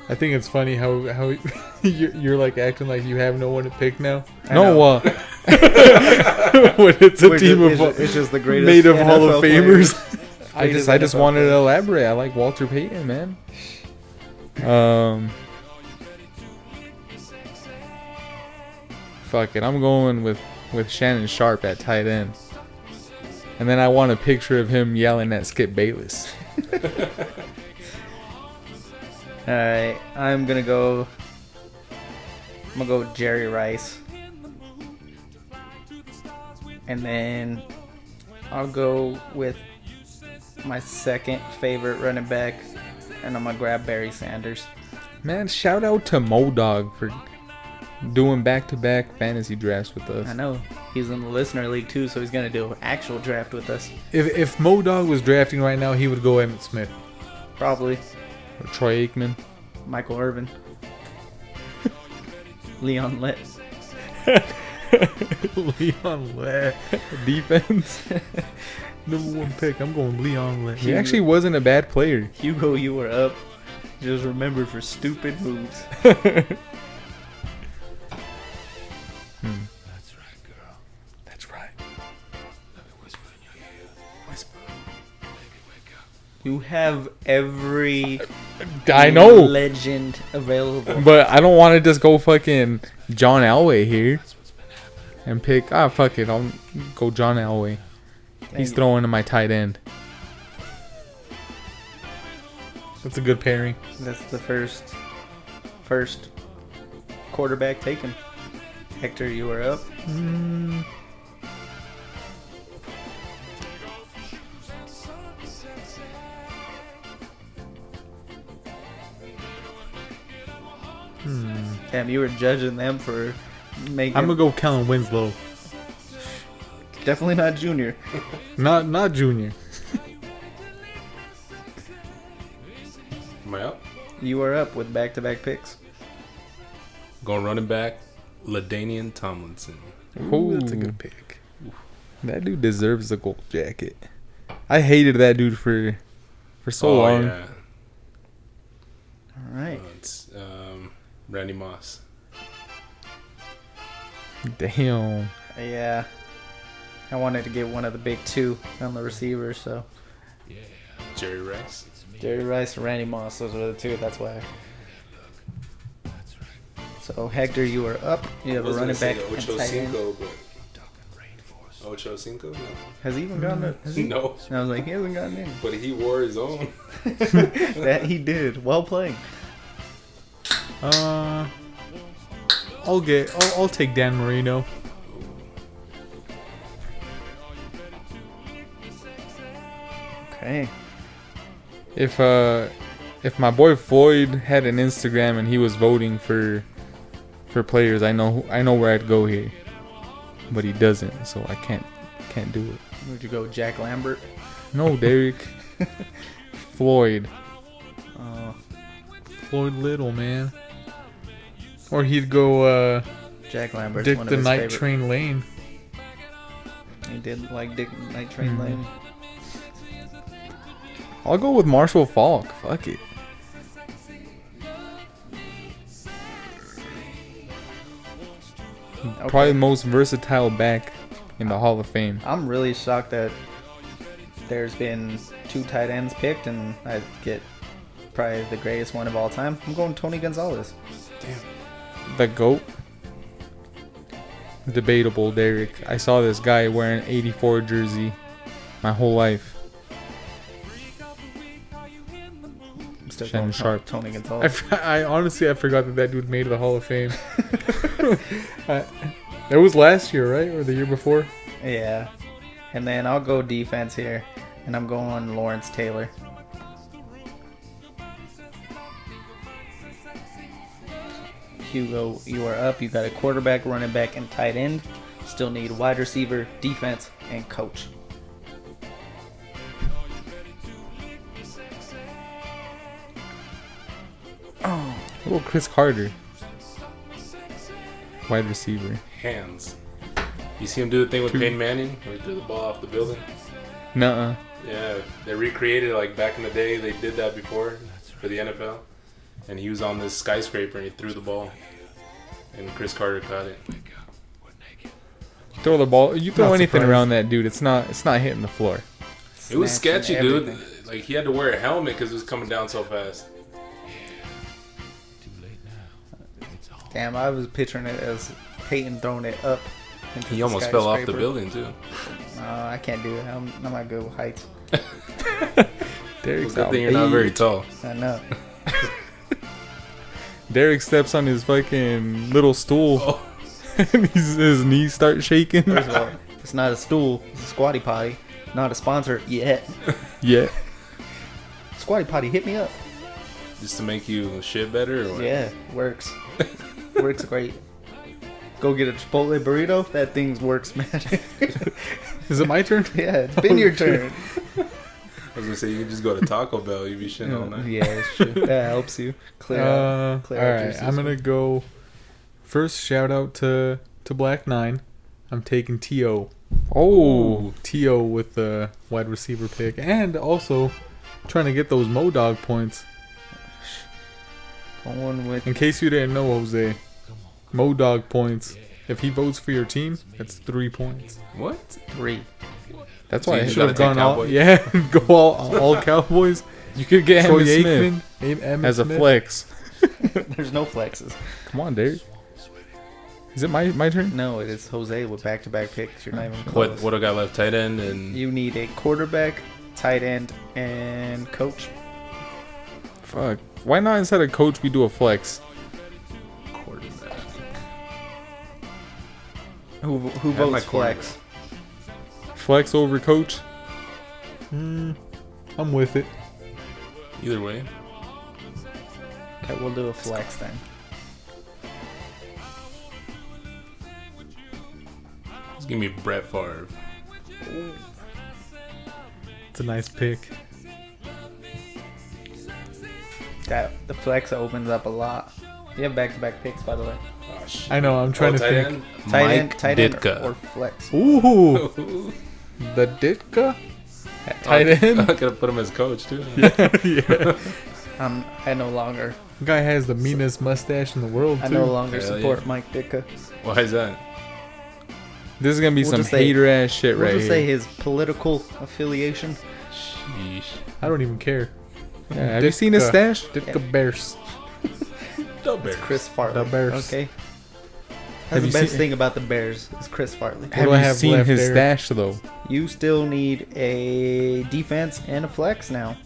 I think it's funny how how you're, you're like acting like you have no one to pick now. No, know. uh, when it's a We're team just- of it's, it's just the greatest made of Hall NFL of player. Famers. I just I just wanted to elaborate. I like Walter Payton, man. Um Fuck it. I'm going with with Shannon Sharp at tight end. And then I want a picture of him yelling at Skip Bayless. All right, I'm gonna go. I'm gonna go Jerry Rice, and then I'll go with my second favorite running back, and I'm gonna grab Barry Sanders. Man, shout out to Modog for doing back-to-back fantasy drafts with I us. know he's in the listener league too, so he's gonna do an actual draft with us, If if Mo Dog was drafting right now, he would go Emmett Smith. probably. Or Troy Aikman. Michael Irvin, Leon Lips. Leon Le. Defense. Number one pick. I'm going Leon Le. He actually wasn't a bad player. Hugo, you were up. Just remember for stupid moves. Hmm. That's right, girl. That's right. Let me whisper in your ear. Whisper. Baby, wake up. You have every I know. legend available. But I don't want to just go fucking John Elway here and pick. Ah, fuck it. I'll go John Elway. He's throwing to my tight end. That's a good pairing. That's the first first quarterback taken. Hector, you are up. Damn, you were judging them for making. I'm gonna go Kellen Winslow. definitely not junior. Not not Junior. you are up with back to back picks. Going running back, Ladanian Tomlinson. Ooh, that's a good pick. That dude deserves the gold jacket. I hated that dude for for so Oh, long. Oh, yeah. All right. Uh, it's um, Randy Moss. Damn. Yeah. uh, I wanted to get one of the big two on the receiver, so Yeah, Jerry Rice. it's me. Jerry Rice and Randy Moss, those are the two, that's why. That's right. So Hector, you are up. You have a was gonna running say back. and Ocho tight end. Cinco, but Keep talking rainforest. Ocho Cinco? No. Has he even gotten it? Mm-hmm. Has he? no. I was like, he hasn't gotten in. But he wore his own. that he did. Well played. Uh, I'll get. I'll, I'll take Dan Marino. Okay. If uh if my boy Floyd had an Instagram and he was voting for for players, I know I know where I'd go here. But he doesn't, so I can't can't do it. Would you go Jack Lambert? No, Derek. Floyd. Uh, Floyd Little, man. Or he'd go uh, Jack Lambert. Dick one the of his Night favorite- Train Lane. He did like Dick Night Train Mm-hmm. Mhm. Lane. I'll go with Marshall Falk. Fuck it. Probably the most versatile back in the Hall of Fame. I'm really shocked that there's been two tight ends picked, and I get probably the greatest one of all time. I'm going Tony Gonzalez. The GOAT? Debatable, Derek. I saw this guy wearing 84 jersey my whole life. I'm still Shannon going Sharp. Tony I, Gonzalez. f- I honestly I forgot that that dude made the Hall of Fame. I, that was last year, right, or the year before? yeah. And then I'll go defense here, and I'm going Lawrence Taylor. Hugo, you are up. You got a quarterback, running back, and tight end. Still need wide receiver, defense, and coach. Oh, Chris Carter. Wide receiver. Hands. You see him do the thing with Peyton Manning where he threw the ball off the building? Nuh uh. Yeah, they recreated it, like back in the day. They did that before for the NFL, and he was on this skyscraper and he threw the ball, and Chris Carter caught it. Wake up. We're naked. Throw the ball. You throw Not anything surprised. around that dude, it's not it's not hitting the floor. It was Snatching sketchy, everything. dude. Like he had to wear a helmet because it was coming down so fast. Too late now. It's all Damn, I was picturing it as Peyton throwing it up. into He the almost fell off the skyscraper. building too. Uh, I can't do it. I'm, I'm not good with heights. Derek's Good out thing you're not big. very tall. I know. Derek steps on his fucking little stool. and his, his knees start shaking. First of all, it's not a stool. It's a squatty potty. Not a sponsor yet. yeah. Squatty potty, hit me up. Just to make you shit better. Or what? Yeah, works. works great. Go get a Chipotle burrito. That thing's works, man. Is it my turn? yeah, it's been your turn. I was gonna say you could just go to Taco Bell. You'd be shitting all night. Yeah, it's true. that helps you clear out. Uh, all clear out your right, I'm system. gonna go. First shout out to to Black Nine. I'm taking To. Oh. To with the wide receiver pick, and also trying to get those Modog points. Uh, Going with In case you didn't know, Jose, Come on. Modog points. If he votes for your team, that's three points. What? three. That's So why you I should've should have taken- gone. Cowboys. Gone all, yeah, go all all Cowboys. You could get Troy Henry Smith Aikman, Em- Emmitt as a Smith. flex. There's no flexes. Come on, Derek. Is it my my turn? No, it is Jose with back-to-back picks. You're not even close. What? What I got left? Tight end and You need a quarterback, tight end, and coach. Fuck. Why not instead of coach we do a flex? quarterback. Who who Have my votes flex? Flex over coach? Hmm, I'm with it. Either way, Okay, we'll do a flex then. just give me Brett Favre. It's a nice pick. That the flex opens up a lot. You have back to back picks, by the way. Oh, shit. I know. I'm trying Oh, to tight think. end? Tight Mike end, tight end, Ditka. or flex. Ooh, Ooh. the Ditka At tight I end. could have put him as coach too. yeah. Um, I no longer, Guy has the meanest mustache in the world I too. no longer Hell support yeah. Mike Ditka. Why is that? This is gonna be We'll some just say- hater ass shit We'll right just say here. his political affiliation. Sheesh. I don't even care. Yeah, have you seen his Ditka. stash? Ditka Bears. Don't bear. Chris Farley. The Bears. Okay. That's Have the you best seen- thing about the Bears is Chris Farley. do Have you I have seen left his there? stash though? You still need a defense and a flex now.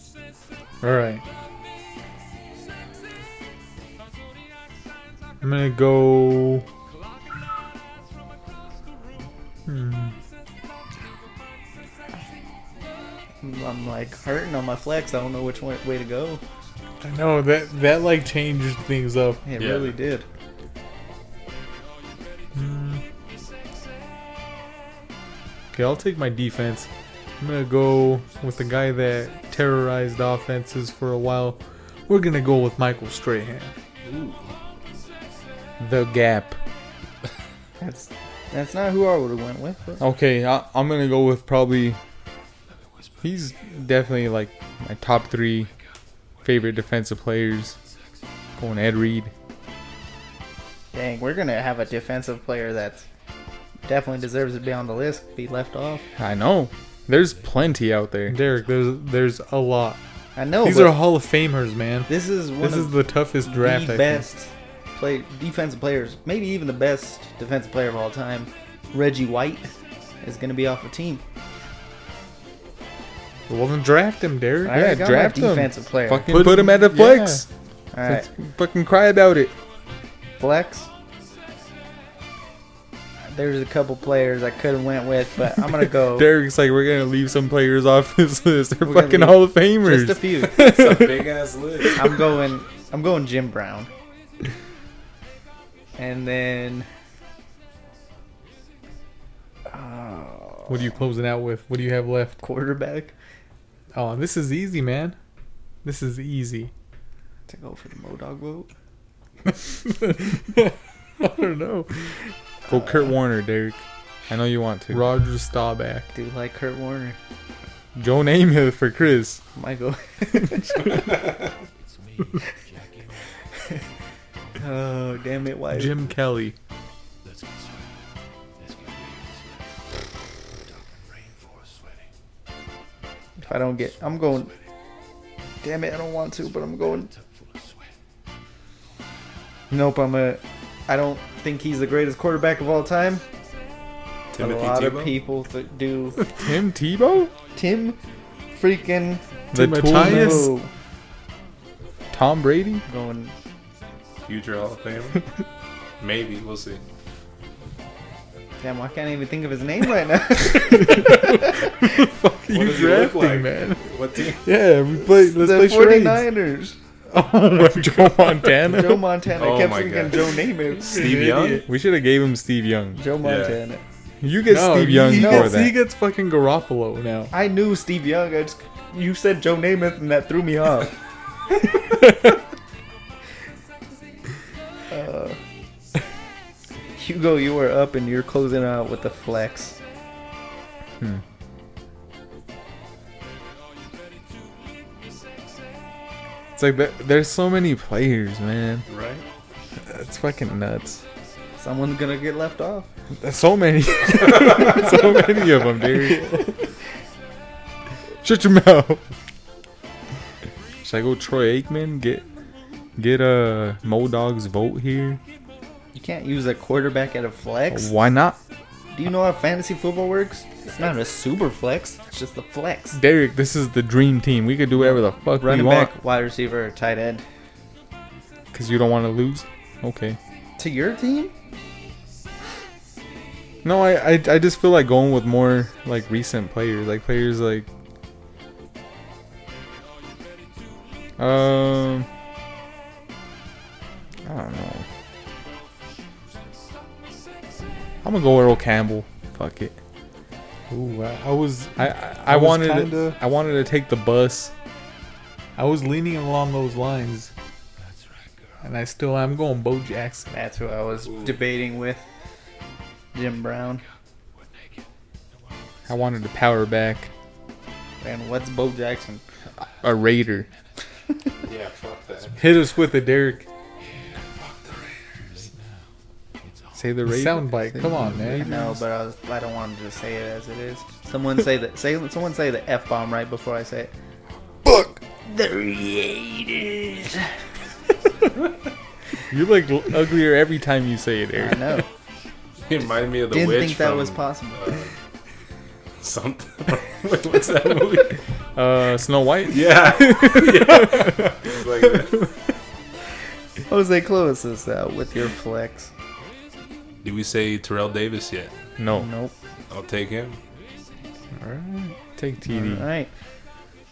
All right. I'm gonna go. Hmm. I'm like hurting on my flex. I don't know which way way to go. I know that that like changed things up. It Yeah. really did. Okay, I'll take my defense. I'm gonna go with the guy that terrorized offenses for a while. We're gonna go with Michael Strahan. The gap. That's that's not who I would have went with. But Okay, I, I'm gonna go with probably. He's definitely like my top three favorite defensive players. Going Ed Reed. dang, we're gonna have a defensive player that's definitely deserves to be on the list. Be left off. I know. There's plenty out there. Derek, there's there's a lot. I know. These Oh, but are Hall of Famers, man. this is one This of is the toughest draft. the I think. best play defensive players, maybe even the best defensive player of all time, Reggie White, is going to be off the team. Well, then draft him, Derek. I already got my draft him. defensive player. Fucking Put put, him at the him- flex. all right, Let's fucking cry about it. flex. There's a couple players I could have went with, but I'm gonna go Derek's like, we're gonna leave some players off this list. They're We're gonna fucking leave Hall of Famers. just a few. It's a big ass list. I'm going. I'm going Jim Brown. And then What are you closing out with? What do you have left? uh, quarterback Oh, this is easy, man. This is easy. to go for the Modog vote. I don't know. Go Kurt Warner, Derek. I know you want to. Roger Staubach. Do like Kurt Warner. Joe Namath for Chris. Michael. It's me, Jackie. Oh damn it, White. Jim Kelly. Let's get sweaty. Let's get real sweaty. Talking rainforest sweaty. If I don't get, I'm going. Damn it, I don't want to, but I'm going. Tub full of sweat. Nope, I'm a. I don't think he's the greatest quarterback of all time. a Timothy lot Tebow? of people that do. Tim Tebow? Tim, freaking The Timothias? Tool Tebow. Tom Brady? Going. Future Hall of Famer. Maybe we'll see. Damn, I can't even think of his name right now. What you does he look drafting, like? man? What team? Yeah, we play. Let's the play 49ers. charades. Joe Montana. Joe Montana. Oh I kept my thinking God. Joe Namath. Steve Young. We should have gave him Steve Young. Joe Montana. You get Steve Young he, for gets, that. he gets fucking Garoppolo now. I knew Steve Young. I just, you said Joe Namath, and that threw me off. uh, Hugo, you are up, and you're closing out with the flex. It's like that, there's so many players, man. Right. That's fucking nuts. Someone's gonna get left off. That's so many, so many of them, dude. Shut your mouth. Should I go Troy Aikman? Get get a uh, Mo Dog's vote here? You can't use a quarterback at a flex. Why not? Do you know how fantasy football works? It's not a super flex. It's just a flex. Derek, this is the dream team. We could do whatever the fuck Running we want. back, wide receiver, or tight end. Cause you don't want to lose. Okay. To your team? No, I, I I just feel like going with more like recent players, like players like um I don't know. I'm gonna go Earl Campbell. Fuck it. Ooh, I, I was. I I, I was wanted kinda- I wanted to take the bus. I was leaning along those lines, That's right, girl. and I still am going Bo Jackson. That's who I was Ooh. debating with. Jim Brown. We're naked. No one I wanted to power back And what's Bo Jackson? a Raider. Yeah, fuck that. Hit us with it, Derek. Say the Raider. Soundbite. Come on, I man. know, but I, was, I don't want to just say it as it is. Someone say that. Say someone say the f bomb right before I say it. Fuck the Raiders. You're like l- uglier every time you say it, I Eric. know. It reminded me of the Didn't witch think that from, was possible. uh, something. Wait, what's that movie? Uh, Snow White. Yeah. yeah. It's like that. Jose, close us out with your flex. Did we say Terrell Davis yet? No. Nope. I'll take him. Take All TD. right.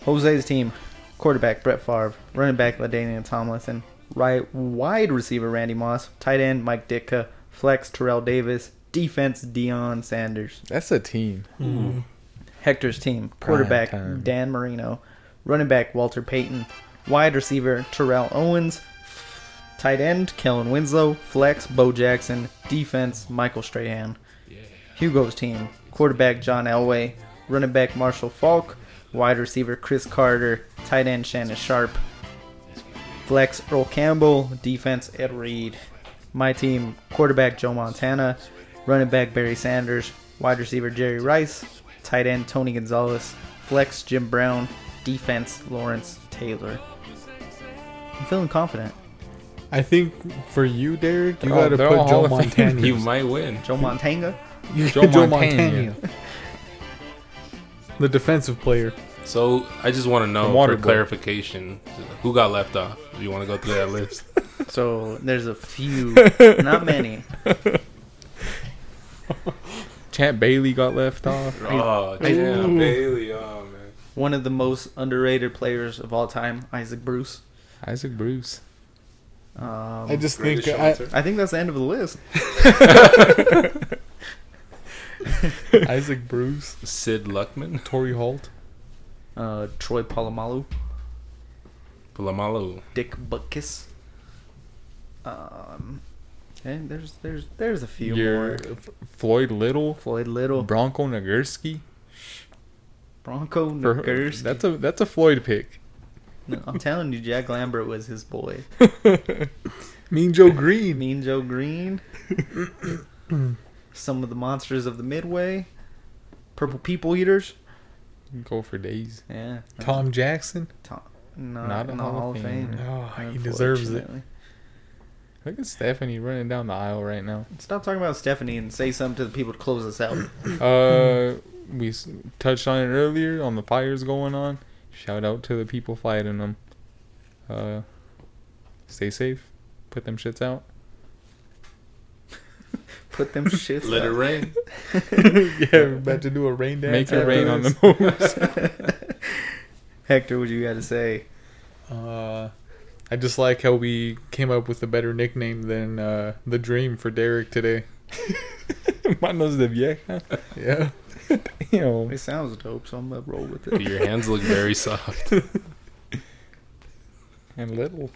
Jose's team: quarterback Brett Favre, running back Ladainian Tomlinson, right wide receiver Randy Moss, tight end Mike Ditka, flex Terrell Davis, defense Dion Sanders. That's a team. Hector's team: Prime quarterback time. Dan Marino, running back Walter Payton, wide receiver Terrell Owens, tight end Kellen Winslow, flex Bo Jackson, defense Michael Strahan. Hugo's team: quarterback John Elway, running back Marshall Falk, wide receiver Chris Carter, tight end Shannon Sharp, flex Earl Campbell, defense Ed Reed. My team: quarterback Joe Montana, running back Barry Sanders, wide receiver Jerry Rice, tight end Tony Gonzalez, flex Jim Brown, defense Lawrence Taylor. I'm feeling confident. I think for you, Derek, you They're all- gotta Oh, they're all put Hall Joe of Montana. You might win. Joe Montanga. Joe Joe Montana. Montana, the defensive player. So I just want to know The water boy. for clarification, who got left off? If you want to go through that list? So there's a few, not many. Champ Bailey got left off. oh, damn, Bailey. Oh man. One of the most underrated players of all time, Isaac Bruce. Isaac Bruce. Um, I just think Greatest I, shoulder. I think that's the end of the list. Isaac Bruce, Sid Luckman, Tory Holt, Uh, Troy Polamalu, Palamalu. Dick Butkus. Um, and there's there's there's a few Your more. F- Floyd Little, Floyd Little, Bronco Nagurski. Bronco For- Nagurski. That's a that's a Floyd pick. No, I'm telling you, Jack Lambert was his boy. Mean Joe Green. Mean Joe Green, some of the monsters of the Midway, Purple People Eaters. Go for days. Yeah, Tom Jackson. Tom, not, Not in the Hall of Fame. No, Oh, he deserves it. unfortunately. Look at Stephanie running down the aisle right now. Stop talking about Stephanie and say something to the people to close us out. Uh, we s- touched on it earlier on the fires going on. Shout out to the people fighting them. Uh, stay safe. Put them shits out. Put them shits. Let it up. rain. yeah, we're about to do a rain dance. Make it rain on afterwards. the moves. Hector, what you got to say? Uh, I just like how we came up with a better nickname than uh, the Dream for Derek today. Manos de vieja. Yeah. You know, It sounds dope, so I'm gonna roll with it. Your hands look very soft. and little.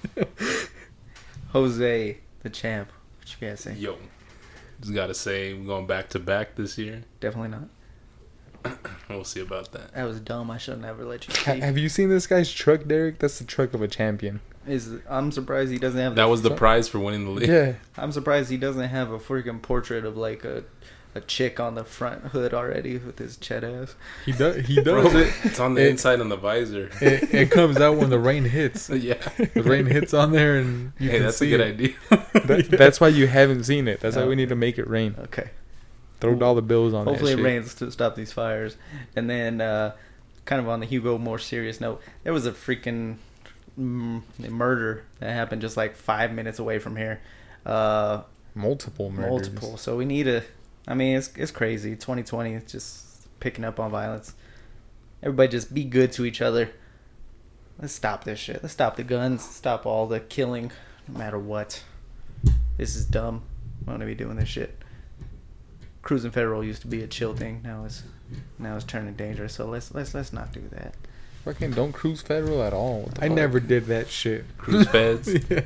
Jose, the champ. What you got to say? Yo, just gotta say we're going back to back this year. Definitely not. We'll see about that. That was dumb. I should never let you. Ha- speak. have you seen this guy's truck, Derek? That's the truck of a champion. Is I'm surprised he doesn't have That the- was the prize for winning the league. Yeah. I'm surprised he doesn't have a freaking portrait of like a a chick on the front hood already with his chet ass. He does. He Bro, does it. it's on the It- inside on the visor. it. It comes out when the rain hits. yeah. The rain hits on there, and you hey, can that's a see good it. idea. That, that's why you haven't seen it. That's why Oh. we need to make it rain. Okay. Throw all the bills on Hopefully that it shit. rains to stop these fires. And then, uh, kind of on the Hugo more serious note, there was a freaking mm, murder that happened just like five minutes away from here. Uh, Multiple murders. multiple. So we need a. I mean, it's it's crazy. 2020 is just picking up on violence. Everybody just be good to each other. Let's stop this shit. Let's stop the guns. Stop all the killing, no matter what. This is dumb. I'm gonna be doing this shit. Cruising federal used to be a chill thing. Now it's now it's turning dangerous. So let's let's let's not do that. Fucking don't cruise federal at all. What the I fuck? never did that shit. Cruise feds. yeah.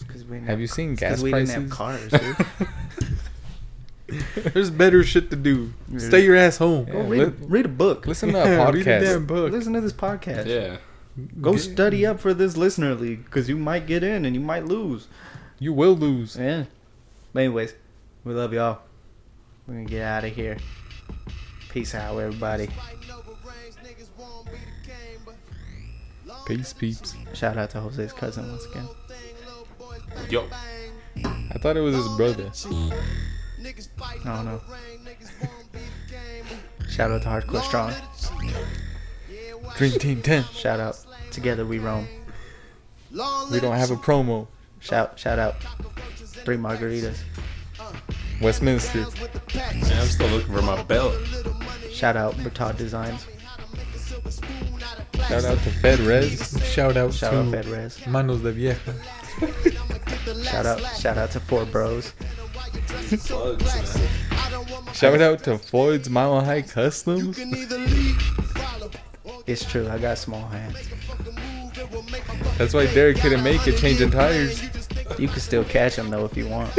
Because we didn't Have you seen it's 'cause gas we prices? didn't have cars. Dude. There's better shit to do. There's- Stay your ass home. Yeah, Go read, li- read a book. Listen to a Read a podcast. damn book. Listen to this podcast. Yeah. Go Get- study up for this listener league because you might get in and you might lose. You will lose. Yeah. But anyways, we love y'all. We're gonna get out of here. Peace out, everybody. Fighting over range, niggas won't be the game, but long Peace, peeps. Shout out to Jose's cousin once again. little thing, little boys bang Yo. bang. I thought it was his brother. Niggas fighting I don't over know. range, niggas won't be the game, but Shout out to Hardcore Strong. Dream Team 10. Shout out. Together we roam. Long We don't have a promo. Shout shout out. Three margaritas. Westminster. Man, I'm still looking for my belt. Shout out Bertad Designs. Shout out to Fed Res. Shout out Shout to out Fedrez. Manos de Vieja. Shout out shout out to Four Bros. Plugs, man. Shout out to Floyd's Mile High You Customs. can either leave, follow, or It's true, I got small hands. make a fucking move. It will make my fucking That's why day. Derek couldn't Got make it changing 110 tires. You just think You can still catch them though if you want.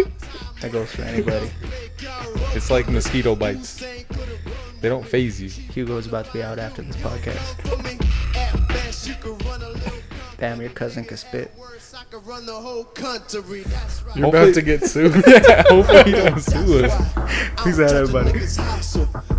That goes for anybody. big, y'all rough. It's like mosquito bites. Saying could've run They don't phase you. Hugo's about to be out after this podcast. for me. At best, you could run a little Damn, your cousin could spit. worse. I could run the whole country. That's right. You're about to get sued. yeah, hopefully you don't sue us. Peace out, everybody.